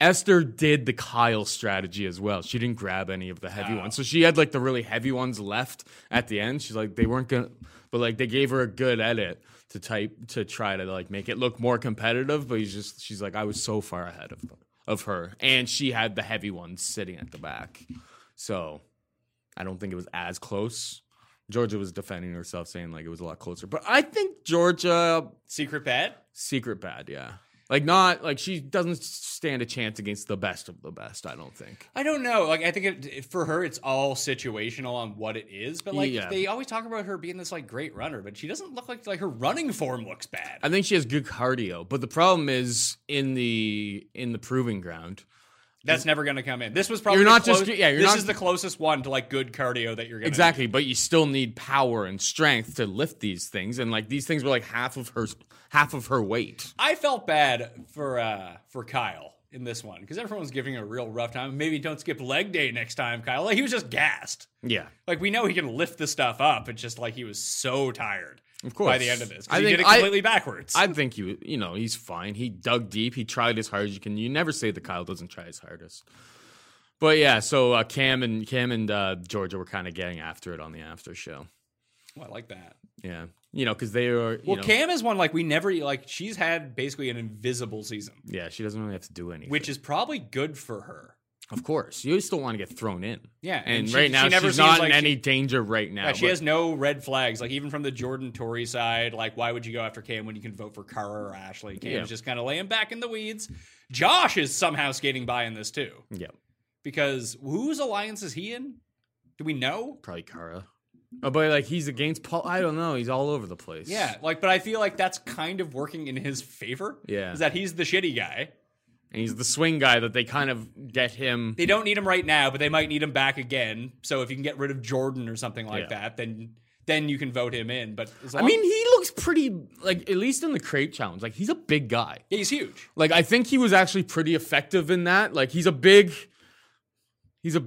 Speaker 2: Esther did the Kyle strategy as well. She didn't grab any of the heavy ones. So she had like the really heavy ones left at the end. She's like, they weren't gonna, but like they gave her a good edit to type to try to like make it look more competitive. But he's just, she's like, I was so far ahead of of her, and she had the heavy ones sitting at the back. So I don't think it was as close. Georgia was defending herself, saying like it was a lot closer. But I think Georgia
Speaker 1: Secret Pet.
Speaker 2: secret bad yeah like not like she doesn't stand a chance against the best of the best i don't think
Speaker 1: I don't know. Like I think it, it- for her, it's all situational on what it is. But like
Speaker 2: Yeah.
Speaker 1: they always talk about her being this like great runner, but she doesn't look like like her running form looks bad.
Speaker 2: i think she has good cardio but the problem is in the in the proving ground
Speaker 1: That's never going to come in. This was probably
Speaker 2: You're
Speaker 1: the
Speaker 2: not just-
Speaker 1: close-
Speaker 2: yeah, you're
Speaker 1: this
Speaker 2: not-
Speaker 1: is the closest one to like good cardio that you're going to
Speaker 2: exactly but you still need power and strength to lift these things and like these things were like half of her half of her weight
Speaker 1: I felt bad for uh for Kyle in this one because everyone's giving him a real rough time. Maybe don't skip leg day next time, Kyle. Like, he was just gassed.
Speaker 2: yeah
Speaker 1: Like we know he can lift the stuff up. It's just like he was so tired. Of
Speaker 2: course.
Speaker 1: by the end of this, 'cause
Speaker 2: I
Speaker 1: he
Speaker 2: think
Speaker 1: did it
Speaker 2: I-
Speaker 1: completely backwards.
Speaker 2: I think you you know he's fine. He dug deep. He tried as hard as you can. You never say that Kyle doesn't try his hardest. But yeah, so uh, Cam and Cam and uh, Georgia were kind of getting after it on the after show.
Speaker 1: Oh, I like that.
Speaker 2: Yeah, you know because they are. You
Speaker 1: Well,
Speaker 2: know,
Speaker 1: Cam is one like we never like. She's had basically an invisible season,
Speaker 2: Yeah, she doesn't really have to do anything.
Speaker 1: which is probably good for her.
Speaker 2: of course, you still want to get thrown in.
Speaker 1: Yeah,
Speaker 2: and,
Speaker 1: and she-
Speaker 2: right
Speaker 1: she
Speaker 2: now
Speaker 1: never
Speaker 2: she's
Speaker 1: seems
Speaker 2: not in
Speaker 1: like she-
Speaker 2: any danger right now.
Speaker 1: Yeah, she
Speaker 2: but-
Speaker 1: has no red flags, like even from the Jordan Tory side. Like, why would you go after Cam when you can vote for Cara or Ashley? Cam's
Speaker 2: Yeah.
Speaker 1: just kind of laying back in the weeds. Josh is somehow skating by in this too,
Speaker 2: Yeah,
Speaker 1: because whose alliance is he in? Do we know?
Speaker 2: probably Kara. Oh, but like he's against Paul. I don't know. He's all over the place.
Speaker 1: Yeah, like, but I feel like that's kind of working in his favor.
Speaker 2: Yeah.
Speaker 1: is that he's the shitty guy.
Speaker 2: and he's the swing guy that they kind of get him.
Speaker 1: They don't need him right now, but they might need him back again. So if you can get rid of Jordan or something like
Speaker 2: Yeah.
Speaker 1: that, then then you can vote him in. But as
Speaker 2: I
Speaker 1: long-
Speaker 2: mean, he looks pretty like at least in the crate challenge. Like he's a big guy.
Speaker 1: yeah, he's huge.
Speaker 2: Like I think he was actually pretty effective in that. Like he's a big, he's a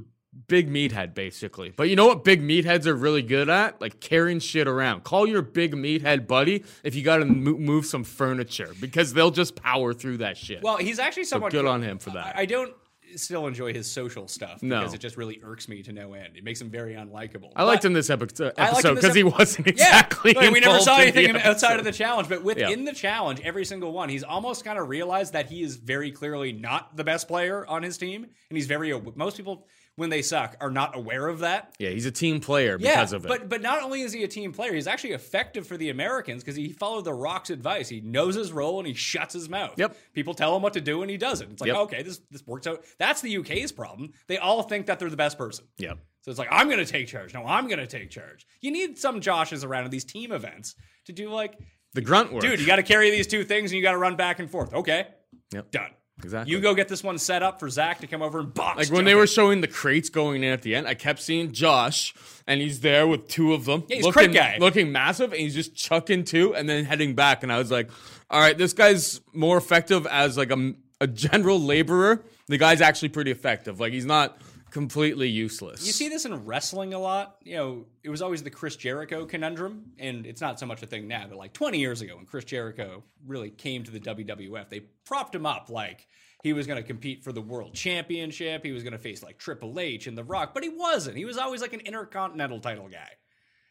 Speaker 2: big meathead basically. But you know what big meatheads are really good at? Like carrying shit around. Call your big meathead buddy if you got to mo- move some furniture because they'll just power through that shit.
Speaker 1: Well, he's actually someone
Speaker 2: good on him for that.
Speaker 1: I, I don't still enjoy his social stuff
Speaker 2: No.
Speaker 1: because it just really irks me to no end. It makes him very unlikable.
Speaker 2: I liked
Speaker 1: But-
Speaker 2: him this epi-
Speaker 1: I liked him
Speaker 2: episode
Speaker 1: this
Speaker 2: because he
Speaker 1: epi-
Speaker 2: wasn't
Speaker 1: Yeah,
Speaker 2: exactly.
Speaker 1: like, we never
Speaker 2: involved
Speaker 1: saw
Speaker 2: in the
Speaker 1: anything
Speaker 2: episode.
Speaker 1: outside of the challenge, but within
Speaker 2: Yeah.
Speaker 1: the challenge, every single one, he's almost kind of realized that he is very clearly not the best player on his team, and he's very. aw- Most people, when they suck, are not aware of that.
Speaker 2: Yeah, he's a team player
Speaker 1: Yeah,
Speaker 2: because of it.
Speaker 1: but but not only is he a team player, he's actually effective for the Americans because he followed the Rock's advice. He knows his role and he shuts his mouth.
Speaker 2: Yep.
Speaker 1: People tell him what to do and he doesn't. It's like
Speaker 2: Yep.
Speaker 1: okay, this this works out. That's the UK's problem. They all think that they're the best person.
Speaker 2: yeah.
Speaker 1: So it's like I'm going to take charge. No, I'm going to take charge. You need some Joshes around at these team events to do like,
Speaker 2: The grunt work.
Speaker 1: dude, you got to carry these two things and you got to run back and forth. Okay,
Speaker 2: Yep.
Speaker 1: done.
Speaker 2: Exactly.
Speaker 1: You go get this one set up for Zach to come over and
Speaker 2: Like
Speaker 1: box.
Speaker 2: when
Speaker 1: Joker.
Speaker 2: they were showing the crates going in at the end, I kept seeing Josh, and he's there with two of them.
Speaker 1: Yeah, he's
Speaker 2: looking,
Speaker 1: crate guy.
Speaker 2: looking massive, and he's just chucking two and then heading back. And I was like, "All right, this guy's more effective as like a, a general laborer. The guy's actually pretty effective. Like he's not completely useless."
Speaker 1: You see this in wrestling a lot. You know, it was always the Chris Jericho conundrum, and it's not so much a thing now, but like 20 years ago when Chris Jericho really came to the WWF, they propped him up like he was going to compete for the world championship. He was going to face like Triple H and The Rock, but he wasn't. He was always like an intercontinental title guy.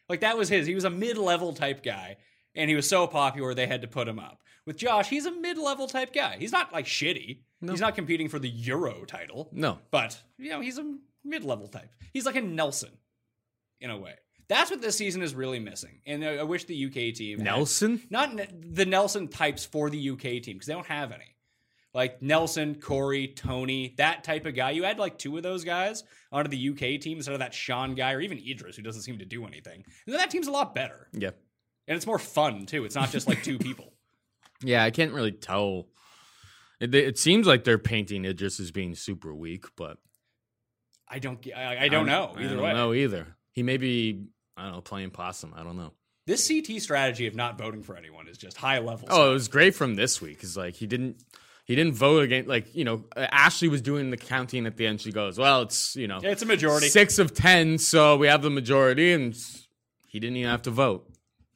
Speaker 1: Like that was his. He was a mid-level type guy, and he was so popular they had to put him up. With Josh, he's a mid-level type guy. He's not like shitty. He's not competing for the Euro title.
Speaker 2: No.
Speaker 1: but you know he's a mid-level type. He's like a Nelson, in a way. That's what this season is really missing. And I I wish the UK team had-
Speaker 2: Nelson?
Speaker 1: not ne- the Nelson types for the UK team because they don't have any. Like Nelson, Corey, Tony, that type of guy. You had like two of those guys onto the UK team instead of that Sean guy or even Idris who doesn't seem to do anything. And then that team's a lot better
Speaker 2: Yeah.
Speaker 1: and it's more fun too. It's not just like two people.
Speaker 2: Yeah, I can't really tell. It, it seems like they're painting Idris as being super weak, but
Speaker 1: I don't. ge- I, I don't know either
Speaker 2: I don't
Speaker 1: way.
Speaker 2: know either. He may be, I don't know, playing possum. I don't know.
Speaker 1: This CT strategy of not voting for anyone is just high level.
Speaker 2: Oh, it was great from this week. Cause like he didn't, he didn't vote against. Like you know, uh, Ashley was doing the counting at the end. She goes, "Well, it's you know,
Speaker 1: It's a majority.
Speaker 2: six of ten, so we have the majority." And s- he didn't even have to vote.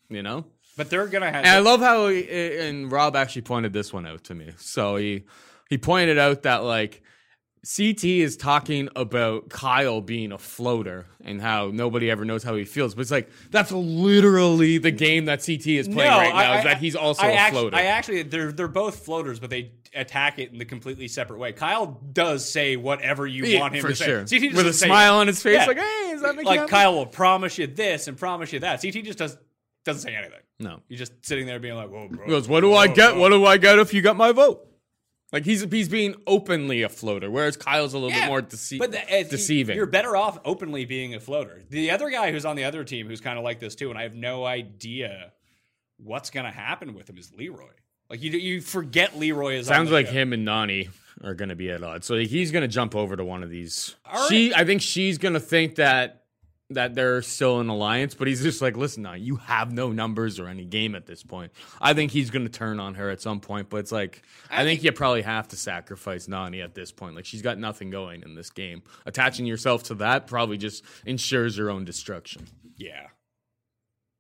Speaker 2: You know,
Speaker 1: but they're gonna have.
Speaker 2: And I love how he, and Rob actually pointed this one out to me. So he he pointed out that like CT is talking about Kyle being a floater and how nobody ever knows how he feels, but it's like that's literally the game that CT is playing right now is that he's also
Speaker 1: I
Speaker 2: a
Speaker 1: actu-
Speaker 2: floater.
Speaker 1: I actually, they're they're both floaters, but they attack it in the completely separate way. Kyle does say whatever you
Speaker 2: Yeah,
Speaker 1: want him
Speaker 2: for
Speaker 1: to say.
Speaker 2: sure.
Speaker 1: CT just
Speaker 2: With a
Speaker 1: doesn't say-
Speaker 2: smile on his face, like, "Hey, does that make you
Speaker 1: like
Speaker 2: happy?"
Speaker 1: Kyle will promise you this and promise you that. CT just does doesn't say anything.
Speaker 2: no,
Speaker 1: You're just sitting there being like, "Whoa, bro."
Speaker 2: he goes, "What do I get? What do I get if you got my vote?" Like he's he's being openly a floater, whereas Kyle's a little bit more dece-
Speaker 1: but the- it's-
Speaker 2: deceiving.
Speaker 1: You're better off openly being a floater. The other guy who's on the other team who's kind of like this too, and I have no idea what's going to happen with him is Leroy. Like you, you forget Leroy is. on
Speaker 2: Sounds
Speaker 1: the
Speaker 2: like
Speaker 1: show.
Speaker 2: him and Nani are going to be at odds. So he's going to jump over to one of these.
Speaker 1: All
Speaker 2: She, I think she's going to think that that they're still in alliance, but he's just like, listen, now you have no numbers or any game at this point. I think he's going to turn on her at some point, but it's like, I, think you probably have to sacrifice Nani at this point. Like she's got nothing going in this game. Attaching yourself to that probably just ensures your own destruction.
Speaker 1: Yeah.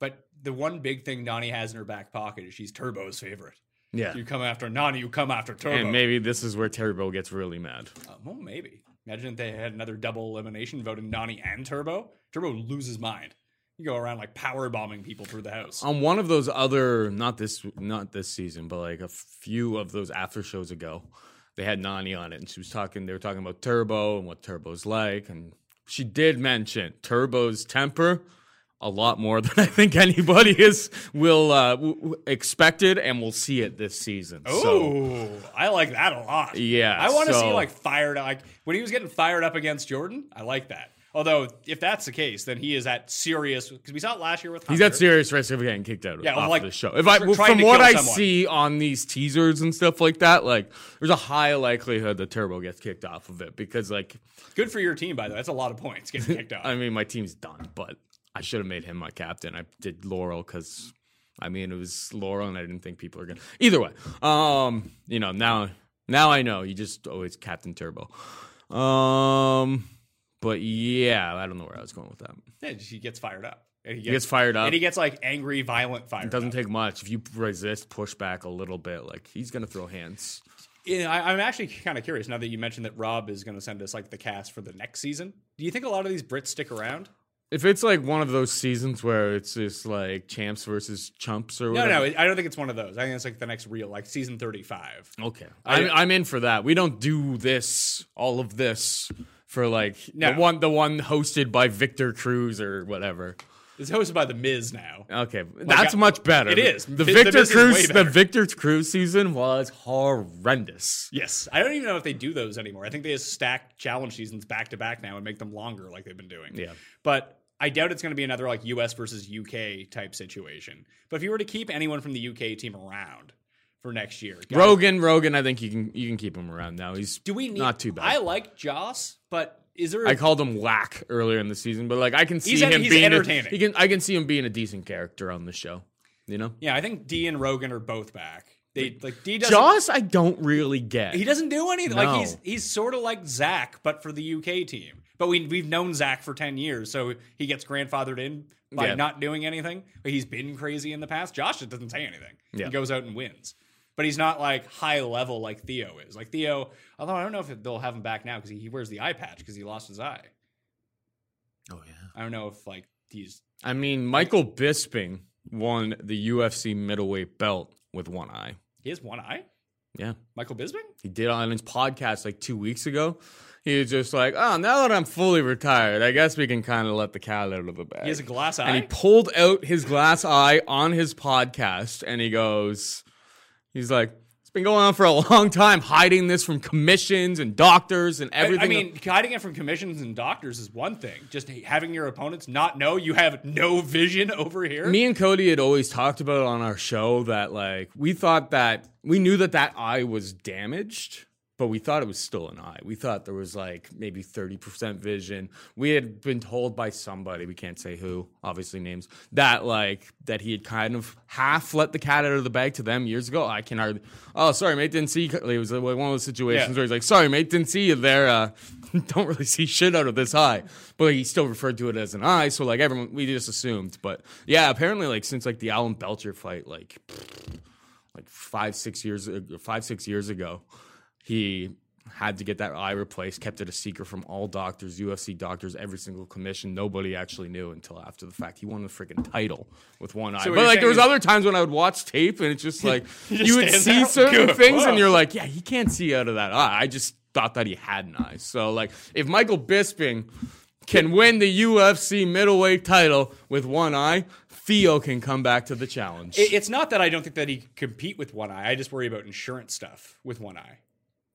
Speaker 1: But the one big thing Nani has in her back pocket is she's Turbo's favorite.
Speaker 2: Yeah.
Speaker 1: You come after Nani, you come after Turbo.
Speaker 2: And maybe this is where Terrible gets really mad.
Speaker 1: Uh, well, maybe. Imagine if they had another double elimination vote in Nani and Turbo. Turbo loses mind. You go around like power bombing people through the house.
Speaker 2: on one of those other not this not this season but like a few of those after shows ago they had nani on it and she was talking they were talking about turbo and what turbo's like and she did mention turbo's temper a lot more than i think anybody is will uh, w- w- expected and will see it this season so
Speaker 1: Oh, I like that a lot.
Speaker 2: Yeah,
Speaker 1: I want to see
Speaker 2: so-
Speaker 1: like fired up. Like when he was getting fired up against Jordan, I like that. Although if that's the case, then he is at serious because we saw it last year with
Speaker 2: He's
Speaker 1: Hunter.
Speaker 2: at serious risk of getting kicked out
Speaker 1: Yeah,
Speaker 2: off
Speaker 1: like,
Speaker 2: the show. If I,
Speaker 1: tr- trying
Speaker 2: from
Speaker 1: to
Speaker 2: what
Speaker 1: kill
Speaker 2: I
Speaker 1: someone.
Speaker 2: see on these teasers and stuff like that, like there's a high likelihood that Turbo gets kicked off of it because like
Speaker 1: Good for your team, by the way. That's a lot of points getting kicked out.
Speaker 2: I mean, my team's done, but I should have made him my captain. I did Laurel because, I mean, it was Laurel, and I didn't think people are gonna. Either way, um, you know, now now I know you just always captain Turbo. Um, but yeah, I don't know where I was going with that.
Speaker 1: Yeah, he gets fired up. And he gets,
Speaker 2: He gets fired up.
Speaker 1: And he gets like angry, violent fired.
Speaker 2: It doesn't
Speaker 1: up.
Speaker 2: take much if you resist, push back a little bit. Like he's gonna throw hands.
Speaker 1: Yeah, I, I'm actually kind of curious now that you mentioned that Rob is going to send us like the cast for the next season. Do you think a lot of these Brits stick around?
Speaker 2: If it's like one of those seasons where it's just like champs versus chumps or
Speaker 1: No,
Speaker 2: whatever.
Speaker 1: no, I don't think it's one of those. I think it's like the next real, like season 35.
Speaker 2: Okay, I'm, I'm in for that. We don't do this, all of this, for like
Speaker 1: No.
Speaker 2: the one, the one hosted by Victor Cruz or whatever.
Speaker 1: It's hosted by the Miz now.
Speaker 2: Okay, that's
Speaker 1: I-
Speaker 2: much better.
Speaker 1: it is.
Speaker 2: the
Speaker 1: Vi- the
Speaker 2: Victor
Speaker 1: Miz is way
Speaker 2: Cruz. The
Speaker 1: better.
Speaker 2: Victor Cruz season was horrendous.
Speaker 1: Yes, I don't even know if they do those anymore. I think they just stack challenge seasons back to back now and make them longer, like they've been doing.
Speaker 2: Yeah.
Speaker 1: but I doubt it's going to be another like U.S. versus U.K. type situation. But if you were to keep anyone from the U.K. team around for next year, guys,
Speaker 2: Rogan, Rogan. I think you can you can keep him around now. He's
Speaker 1: do we need?
Speaker 2: not too
Speaker 1: I
Speaker 2: bad.
Speaker 1: like Joss, but is there?
Speaker 2: I, called him whack earlier in the season, but like I can see
Speaker 1: He's en-
Speaker 2: him
Speaker 1: he's
Speaker 2: being a-
Speaker 1: entertaining.
Speaker 2: he can I can see him being a decent character on the show. You know,
Speaker 1: yeah, I think D and Rogan are both back. They like D doesn't.
Speaker 2: Joss. I don't really get.
Speaker 1: He doesn't do anything.
Speaker 2: No.
Speaker 1: Like he's he's sort of like Zach, but for the UK team. But we we've known Zach for ten years, so he gets grandfathered in by
Speaker 2: Yeah.
Speaker 1: not doing anything. But he's been crazy in the past. Josh just doesn't say anything.
Speaker 2: Yeah.
Speaker 1: He goes out and wins. But he's not like high level like Theo is. Like Theo, although I don't know if they'll have him back now because he, he wears the eye patch because he lost his eye.
Speaker 2: Oh yeah.
Speaker 1: I don't know if like he's
Speaker 2: I mean, Michael Bisping won the UFC middleweight belt with one eye.
Speaker 1: he has one eye.
Speaker 2: Yeah.
Speaker 1: Michael Bisping?
Speaker 2: He did on his podcast like two weeks ago. He was just like, oh, now that I'm fully retired, I guess we can kind of let the cat out of the bag.
Speaker 1: He has a glass eye.
Speaker 2: and he pulled out his glass eye on his podcast and he goes he's like it's been going on for a long time hiding this from commissions and doctors and
Speaker 1: I-
Speaker 2: everything
Speaker 1: I mean, hiding it from commissions and doctors is one thing. Just having your opponents not know you have no vision over here.
Speaker 2: me and cody had always talked about it on our show that like we thought that we knew that that eye was damaged but we thought it was still an eye we thought there was like maybe 30% vision we had been told by somebody we can't say who obviously names that like that he had kind of half let the cat out of the bag to them years ago i can hardly oh sorry mate didn't see you it was like one of those situations
Speaker 1: Yeah.
Speaker 2: where he's like sorry mate didn't see you there uh don't really see shit out of this eye but he still referred to it as an eye so like everyone we just assumed but yeah apparently like since like the alan belcher fight like like five six years uh, five six years ago he had to get that eye replaced kept it a secret from all doctors ufc doctors every single commission nobody actually knew until after the fact he won the freaking title with one eye
Speaker 1: what
Speaker 2: but
Speaker 1: you're
Speaker 2: like there was
Speaker 1: saying is-
Speaker 2: other times when i would watch tape and it's just like
Speaker 1: just
Speaker 2: you would
Speaker 1: stands
Speaker 2: see
Speaker 1: out?
Speaker 2: certain
Speaker 1: Good.
Speaker 2: things
Speaker 1: Whoa.
Speaker 2: and you're like yeah he can't see out of that eye i just thought that he had an eye so like if michael bisping can win the ufc middleweight title with one eye theo can come back to the challenge
Speaker 1: It- it's not that I don't think that he could compete with one eye. I just worry about insurance stuff with one eye.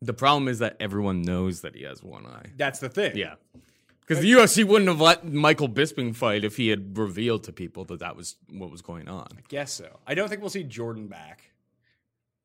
Speaker 2: The problem is that everyone knows that he has one eye.
Speaker 1: That's the thing.
Speaker 2: Yeah. Because the UFC wouldn't have let Michael Bisping fight if he had revealed to people that that was what was going on.
Speaker 1: Guess so. I don't think we'll see Jordan back.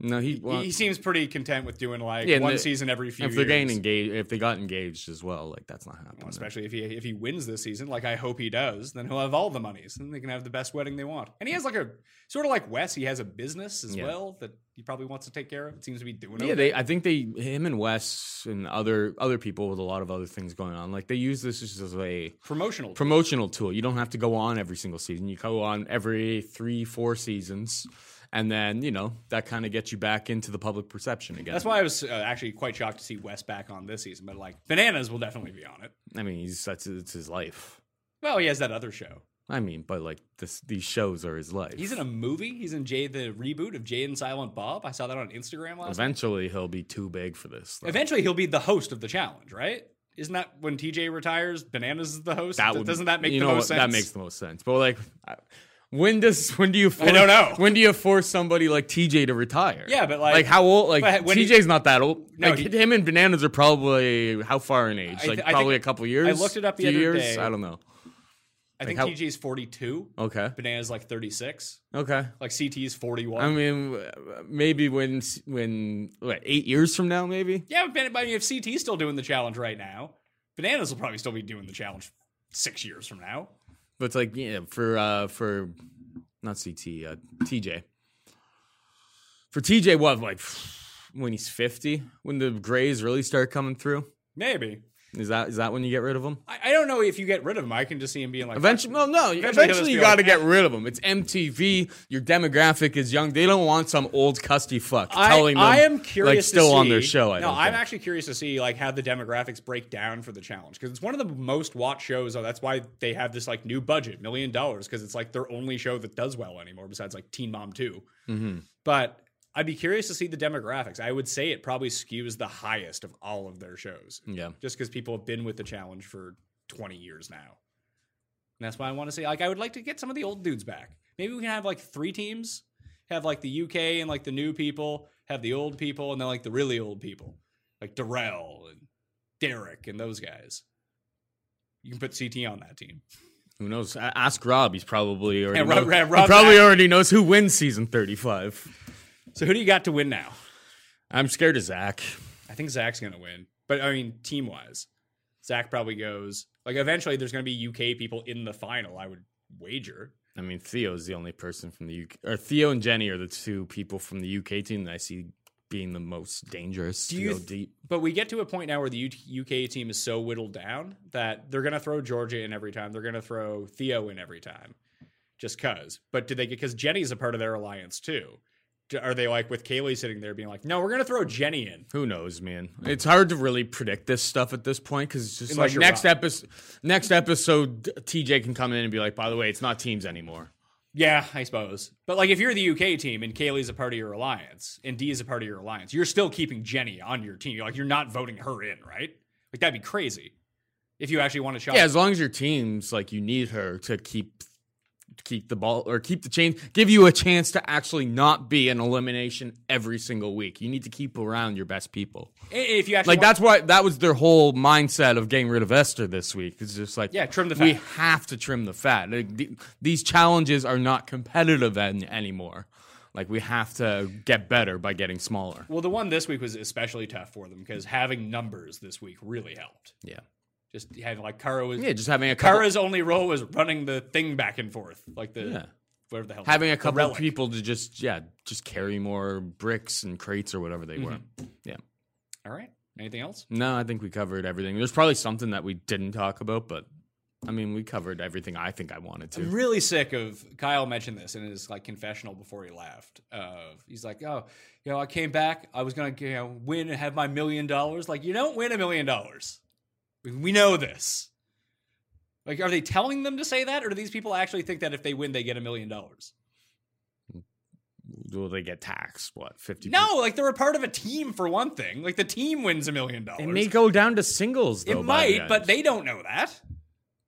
Speaker 2: No, he.
Speaker 1: He-
Speaker 2: Well,
Speaker 1: he seems pretty content with doing like
Speaker 2: Yeah, and
Speaker 1: one
Speaker 2: the-
Speaker 1: season every few
Speaker 2: if they're
Speaker 1: years.
Speaker 2: getting engaged, if they got engaged as well, like that's not happening.
Speaker 1: Especially if he if he wins this season, like I hope he does, then he'll have all the monies, and they can have the best wedding they want. And he has like a sort of like Wes, he has a business as
Speaker 2: Yeah.
Speaker 1: well that he probably wants to take care of. It seems to be doing.
Speaker 2: Yeah,
Speaker 1: okay.
Speaker 2: they. I think they, him and Wes and other other people with a lot of other things going on, like they use this just as a
Speaker 1: promotional.
Speaker 2: promotional tool. You don't have to go on every single season. You go on every three, four seasons, and then you know that kind of gets you back into the public perception again.
Speaker 1: That's why I was uh, actually quite shocked to see Wes back on this season. But like bananas will definitely be on it.
Speaker 2: I mean, he's that's it's his life.
Speaker 1: Well, he has that other show.
Speaker 2: I mean, but like this, these shows are his life.
Speaker 1: He's in a movie. He's in Jay the reboot of Jay and Silent Bob. I saw that on Instagram
Speaker 2: Oh,
Speaker 1: last. night.
Speaker 2: Eventually, he'll be too big for this. though.
Speaker 1: Eventually, he'll be the host of the challenge, right? Isn't that when TJ retires? Bananas is the host. Th-
Speaker 2: would-
Speaker 1: doesn't that make
Speaker 2: you
Speaker 1: the
Speaker 2: know
Speaker 1: most
Speaker 2: what?
Speaker 1: sense?
Speaker 2: That makes the most sense. But like, I- when does when do you? Force,
Speaker 1: don't know.
Speaker 2: When do you force somebody like TJ to retire?
Speaker 1: Yeah, but, like-
Speaker 2: like how old? Like
Speaker 1: but when he-
Speaker 2: TJ's not that old.
Speaker 1: No,
Speaker 2: like
Speaker 1: he-
Speaker 2: him and bananas are probably how far in age?
Speaker 1: I
Speaker 2: Like
Speaker 1: th- I
Speaker 2: probably a
Speaker 1: think-
Speaker 2: couple years.
Speaker 1: I looked it up the
Speaker 2: few
Speaker 1: other
Speaker 2: years?
Speaker 1: day.
Speaker 2: I don't know.
Speaker 1: I think
Speaker 2: how-
Speaker 1: TJ's forty-two.
Speaker 2: Okay.
Speaker 1: Bananas like thirty-six.
Speaker 2: Okay.
Speaker 1: Like CT's forty-one.
Speaker 2: I mean, w- maybe when when what, eight years from now, maybe.
Speaker 1: yeah, but I mean, if CT's still doing the challenge right now, bananas will probably still be doing the challenge six years from now.
Speaker 2: But it's like yeah, for uh for not CT uh, TJ. For TJ, what like when he's fifty, when the grays really start coming through,
Speaker 1: Maybe.
Speaker 2: is that is that when you get rid of him?
Speaker 1: I, I don't know if you get rid of him. I can just see him being like
Speaker 2: Eventually, well, no. Eventually,
Speaker 1: he'll just be
Speaker 2: you got to
Speaker 1: like,
Speaker 2: get rid of them. It's MTV. Your demographic is young. They don't want some old custy fuck telling them.
Speaker 1: I am curious.
Speaker 2: like still
Speaker 1: to see,
Speaker 2: on their show. I
Speaker 1: no,
Speaker 2: don't
Speaker 1: I'm
Speaker 2: think.
Speaker 1: actually curious to see like how the demographics break down for the challenge because it's one of the most watched shows. Oh, that's why they have this like new budget, million dollars, because it's like their only show that does well anymore besides like Teen Mom 2
Speaker 2: Mm-hmm.
Speaker 1: But I'd be curious to see the demographics. I would say it probably skews the highest of all of their shows.
Speaker 2: Yeah.
Speaker 1: just because people have been with the challenge for 20 years now. And that's why I want to say, like, I would like to get some of the old dudes back. Maybe we can have like three teams, have like the UK and like the new people, have the old people, and then like the really old people, like Darrell and Derek and those guys. You can put CT on that team.
Speaker 2: Who knows? A- Ask Rob. He's probably already
Speaker 1: Yeah, Rob-
Speaker 2: knows-
Speaker 1: Rob-
Speaker 2: he
Speaker 1: Rob's
Speaker 2: probably
Speaker 1: act-
Speaker 2: already knows who wins season thirty-five.
Speaker 1: So who do you got to win now?
Speaker 2: I'm scared of Zach.
Speaker 1: I think Zach's gonna win, but I mean, team wise, Zach probably goes. Like, eventually, there's gonna be UK people in the final. I would wager.
Speaker 2: I mean, Theo is the only person from the UK, or Theo and Jenny are the two people from the UK team that I see being the most dangerous.
Speaker 1: Do
Speaker 2: to
Speaker 1: you
Speaker 2: go
Speaker 1: th-
Speaker 2: deep?
Speaker 1: But we get to a point now where the U- UK team is so whittled down that they're going to throw Georgia in every time. They're going to throw Theo in every time, just cause. But do they get because Jenny's a part of their alliance too? Do- Are they like with Kaylee sitting there being like, no, we're going to throw Jenny in?
Speaker 2: Who knows, man? It's hard to really predict this stuff at this point because it's just
Speaker 1: Unless
Speaker 2: like
Speaker 1: you're
Speaker 2: next
Speaker 1: Rob.
Speaker 2: episode, next episode, TJ can come in and be like, "By the way, it's not teams anymore."
Speaker 1: Yeah, I suppose. But like, if you're the UK team and Kaylee's a part of your alliance and D is a part of your alliance, you're still keeping Jenny on your team. You're like, you're not voting her in, right? Like that'd be crazy if you actually want to shop.
Speaker 2: Yeah, as long as your team's like you need her to keep keep the ball or keep the change, give you a chance to actually not be an elimination every single week. You need to keep around your best people.
Speaker 1: I- if you
Speaker 2: Like
Speaker 1: actually want-
Speaker 2: that's why that was their whole mindset of getting rid of Esther this week. It's just like
Speaker 1: Yeah, trim the
Speaker 2: We
Speaker 1: fat.
Speaker 2: have to trim the fat. Like, th- these challenges are not competitive an- anymore. Like we have to get better by getting smaller.
Speaker 1: Well, the one this week was especially tough for them because having numbers this week really helped.
Speaker 2: Yeah.
Speaker 1: Just having like Kara was
Speaker 2: Yeah, just having a couple,
Speaker 1: Kara's only role was running the thing back and forth, like the
Speaker 2: Yeah.
Speaker 1: whatever the hell.
Speaker 2: having a
Speaker 1: the
Speaker 2: couple
Speaker 1: relic.
Speaker 2: people to just yeah, just carry more bricks and crates or whatever they were.
Speaker 1: Mm-hmm.
Speaker 2: Yeah.
Speaker 1: All right. Anything else?
Speaker 2: No, I think we covered everything. There's probably something that we didn't talk about, but I mean, we covered everything I think I wanted to.
Speaker 1: I'm really sick of Kyle mentioned this in his like confessional before he left. Of he's like, oh, you know, I came back, I was gonna you know win and have my million dollars. Like you don't win a million dollars. We- We know this. Like, are they telling them to say that, or do these people actually think that if they win, they get a million dollars?
Speaker 2: Will they get taxed? What fifty?
Speaker 1: No, like they're a part of a team for one thing. Like the team wins a million dollars.
Speaker 2: it may go down to singles. Though,
Speaker 1: It might, but they don't know that.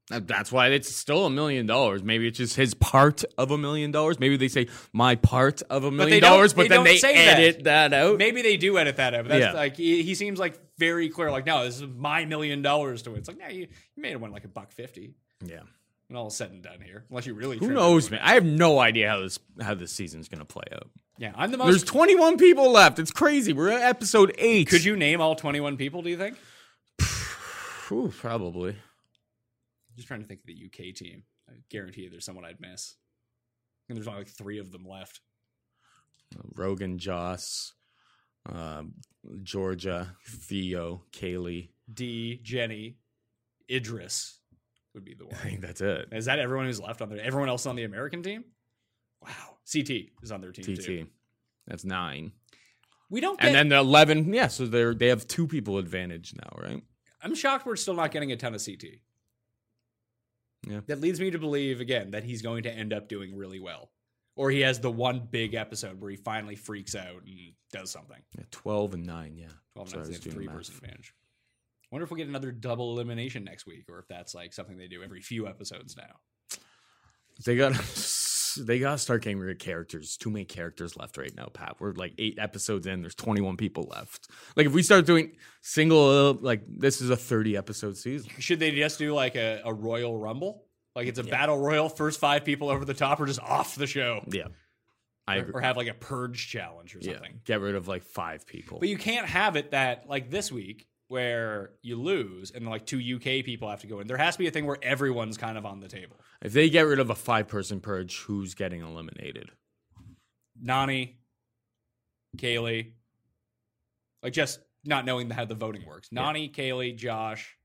Speaker 2: they- that's why it's still a million dollars. Maybe it's just his part of a million dollars. Maybe they say my part of a
Speaker 1: they
Speaker 2: million
Speaker 1: don't-
Speaker 2: dollars, but
Speaker 1: they
Speaker 2: then
Speaker 1: don't
Speaker 2: they
Speaker 1: say that.
Speaker 2: edit that, out.
Speaker 1: Maybe they do edit that out, but that's
Speaker 2: Yeah.
Speaker 1: like he, he seems like very clear. Like, no, this is my million dollars to win. It's like, no, you, you made it win like a buck fifty,
Speaker 2: Yeah.
Speaker 1: and all is said and done here. Unless you really
Speaker 2: Who
Speaker 1: trim
Speaker 2: knows,
Speaker 1: everyone.
Speaker 2: man? I have no idea how this how this season's gonna play out.
Speaker 1: Yeah, I'm the
Speaker 2: There's
Speaker 1: most.
Speaker 2: 21 people left. It's crazy. We're at episode eight.
Speaker 1: Could you name all 21 people? Do you think?
Speaker 2: Ooh, probably.
Speaker 1: just trying to think of the UK team. I guarantee you, there's someone I'd miss. And there's only like three of them left.
Speaker 2: Rogan Joss, um, Georgia, Theo, Kaylee.
Speaker 1: D, Jenny, Idris would be the one.
Speaker 2: I think that's it.
Speaker 1: Is that everyone who's left on there? Everyone else on the American team? Wow. CT is on their team too.
Speaker 2: TT. That's nine.
Speaker 1: We don't get.
Speaker 2: And then the 11, yeah, so they're, they have two people advantage now, right?
Speaker 1: I'm shocked we're still not getting a ton of CT.
Speaker 2: Yeah.
Speaker 1: That leads me to believe again that he's going to end up doing really well, or he has the one big episode where he finally freaks out and does something.
Speaker 2: Yeah, 12 and nine, yeah.
Speaker 1: Twelve
Speaker 2: Sorry, I
Speaker 1: nines
Speaker 2: was
Speaker 1: they
Speaker 2: doing
Speaker 1: have three
Speaker 2: math.
Speaker 1: person advantage. Wonder if we get another double elimination next week, or if that's like something they do every few episodes now.
Speaker 2: They got they got to start getting rid of characters. Too many characters left right now, Pat. We're like eight episodes in. There's 21 people left. Like if we start doing single, uh, like this is a 30 episode season.
Speaker 1: Should they just do like a, a royal rumble? Like it's a battle royal. First five people over the top are just off the show,
Speaker 2: Yeah, I
Speaker 1: or,
Speaker 2: agree.
Speaker 1: or have like a purge challenge or
Speaker 2: yeah.
Speaker 1: something.
Speaker 2: Get rid of like five people.
Speaker 1: But you can't have it that like this week where you lose and like two UK people have to go in. There has to be a thing where everyone's kind of on the table.
Speaker 2: If they get rid of a five person purge, who's getting eliminated?
Speaker 1: Nani, Kaylee, like just not knowing how the voting works. Nani, Kaylee, Josh,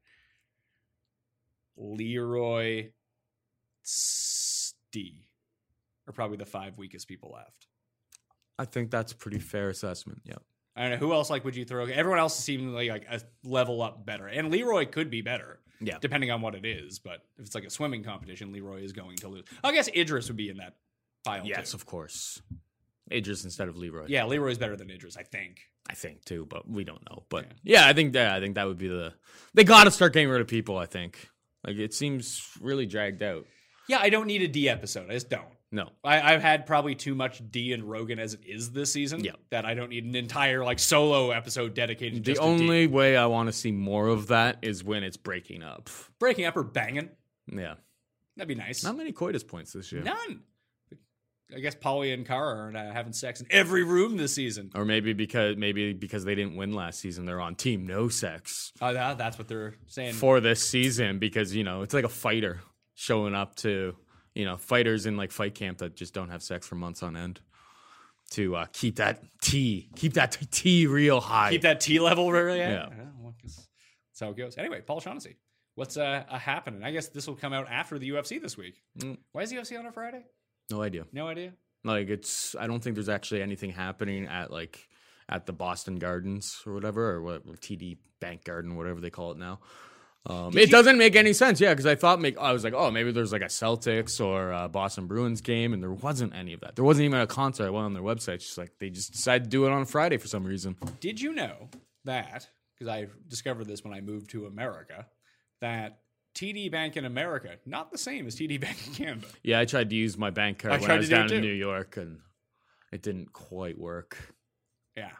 Speaker 1: Leroy, S- D are probably the five weakest people left.
Speaker 2: I think that's a pretty fair assessment. Yeah.
Speaker 1: I don't know who else like would you throw. Everyone else seemed like, like a level up better, and Leroy could be better.
Speaker 2: Yeah.
Speaker 1: depending on what it is. But if it's like a swimming competition, Leroy is going to lose. I guess Idris would be in that pile.
Speaker 2: Yes,
Speaker 1: too.
Speaker 2: of course. Idris instead of Leroy.
Speaker 1: yeah, Leroy's better than Idris, I think.
Speaker 2: I think too, but we don't know. But yeah, I think that I think that would be the they got to start getting rid of people. I think like it seems really dragged out.
Speaker 1: Yeah, I don't need a D episode. I just don't.
Speaker 2: No,
Speaker 1: I, I've had probably too much D and Rogan as it is this season.
Speaker 2: Yeah.
Speaker 1: that I don't need an entire like solo episode dedicated.
Speaker 2: the
Speaker 1: just to D.
Speaker 2: only way I want to see more of that is when it's breaking up.
Speaker 1: breaking up or banging
Speaker 2: Yeah,
Speaker 1: that'd be nice.
Speaker 2: not many coitus points this year,
Speaker 1: None. I guess Polly and Cara are uh, having sex in every room this season.
Speaker 2: or maybe because maybe because they didn't win last season, they're on team no sex
Speaker 1: Oh, that, that's what they're saying.
Speaker 2: for this season because you know it's like a fighter showing up to you know fighters in like fight camp that just don't have sex for months on end to uh, keep that T keep that T real high.
Speaker 1: keep that T level really. Yeah,
Speaker 2: Yeah.
Speaker 1: well, I guess that's how it goes. Anyway, Paul Shaughnessy, what's uh, uh happening? I guess this will come out after the UFC this week.
Speaker 2: Mm.
Speaker 1: Why is the UFC on a Friday?
Speaker 2: No idea.
Speaker 1: No idea.
Speaker 2: Like it's I don't think there's actually anything happening at like at the Boston Gardens or whatever or what TD Bank Garden whatever they call it now. Um, it doesn't make any sense, yeah, because I thought make I was like, oh, maybe there's like a Celtics or a Boston Bruins game, and there wasn't any of that. There wasn't even a concert. I went on their website. It's Just like they just decided to do it on Friday for some reason.
Speaker 1: Did you know that? Because I discovered this when I moved to America, that TD Bank in America not the same as TD Bank in Canada.
Speaker 2: Yeah, I tried to use my bank card
Speaker 1: I
Speaker 2: when
Speaker 1: tried
Speaker 2: I
Speaker 1: to
Speaker 2: was
Speaker 1: do it
Speaker 2: down
Speaker 1: too.
Speaker 2: in New York, and it didn't quite work.
Speaker 1: Yeah,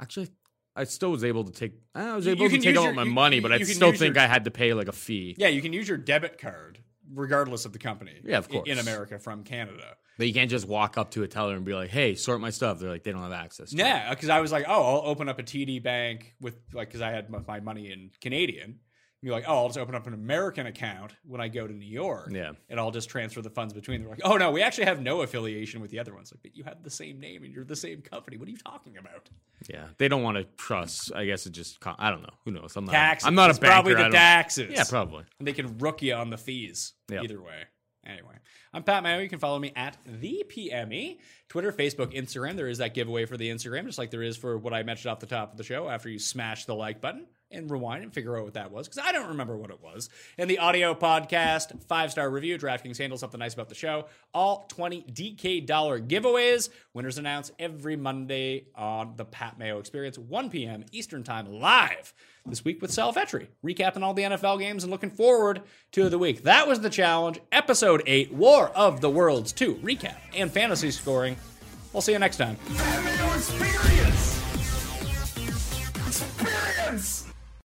Speaker 2: Actually, I still was able to take. eh, I was
Speaker 1: You-
Speaker 2: able
Speaker 1: you
Speaker 2: to
Speaker 1: can
Speaker 2: take
Speaker 1: use
Speaker 2: out
Speaker 1: your-
Speaker 2: my
Speaker 1: you-
Speaker 2: money, but I
Speaker 1: you can
Speaker 2: still
Speaker 1: use your-
Speaker 2: think I had to pay like a fee.
Speaker 1: yeah. You can use your debit card regardless of the company.
Speaker 2: Yeah, of
Speaker 1: i- In
Speaker 2: course.
Speaker 1: America from Canada.
Speaker 2: But you can't just walk up to a teller and be like, "Hey, sort my stuff." They're like, they don't have access. To it.
Speaker 1: Yeah, because I was like, oh, I'll open up a TD Bank with like because I had my, my money in Canadian. And you're like, oh, I'll just open up an American account when I go to New York.
Speaker 2: Yeah.
Speaker 1: and I'll just transfer the funds between. They're like, oh no, we actually have no affiliation with the other ones. Like, but you have the same name and you're the same company. What are you talking about?
Speaker 2: Yeah, they don't want to trust. I guess it just. co- I don't know. Who knows? I'm not.
Speaker 1: Taxes.
Speaker 2: I'm not a
Speaker 1: It's
Speaker 2: banker.
Speaker 1: Probably
Speaker 2: I
Speaker 1: the
Speaker 2: don't-
Speaker 1: taxes.
Speaker 2: Yeah, probably.
Speaker 1: And they can rook you on the fees.
Speaker 2: Yeah.
Speaker 1: Either way. Anyway, I'm Pat Mayo. You can follow me at the PME, Twitter, Facebook, Instagram. There is that giveaway for the Instagram, just like there is for what I mentioned off the top of the show after you smash the like button and rewind and figure out what that was because I don't remember what it was. And the audio podcast, five star review, DraftKings handle something nice about the show. All 20 DK dollar giveaways. Winners announced every Monday on the Pat Mayo Experience, 1 p.m. Eastern Time live this week with Sal Vetri, recapping all the NFL games and looking forward to the week. That was the challenge, episode eight, War of the Worlds 2, recap and fantasy scoring. We'll see you next time.
Speaker 3: Experience! Experience!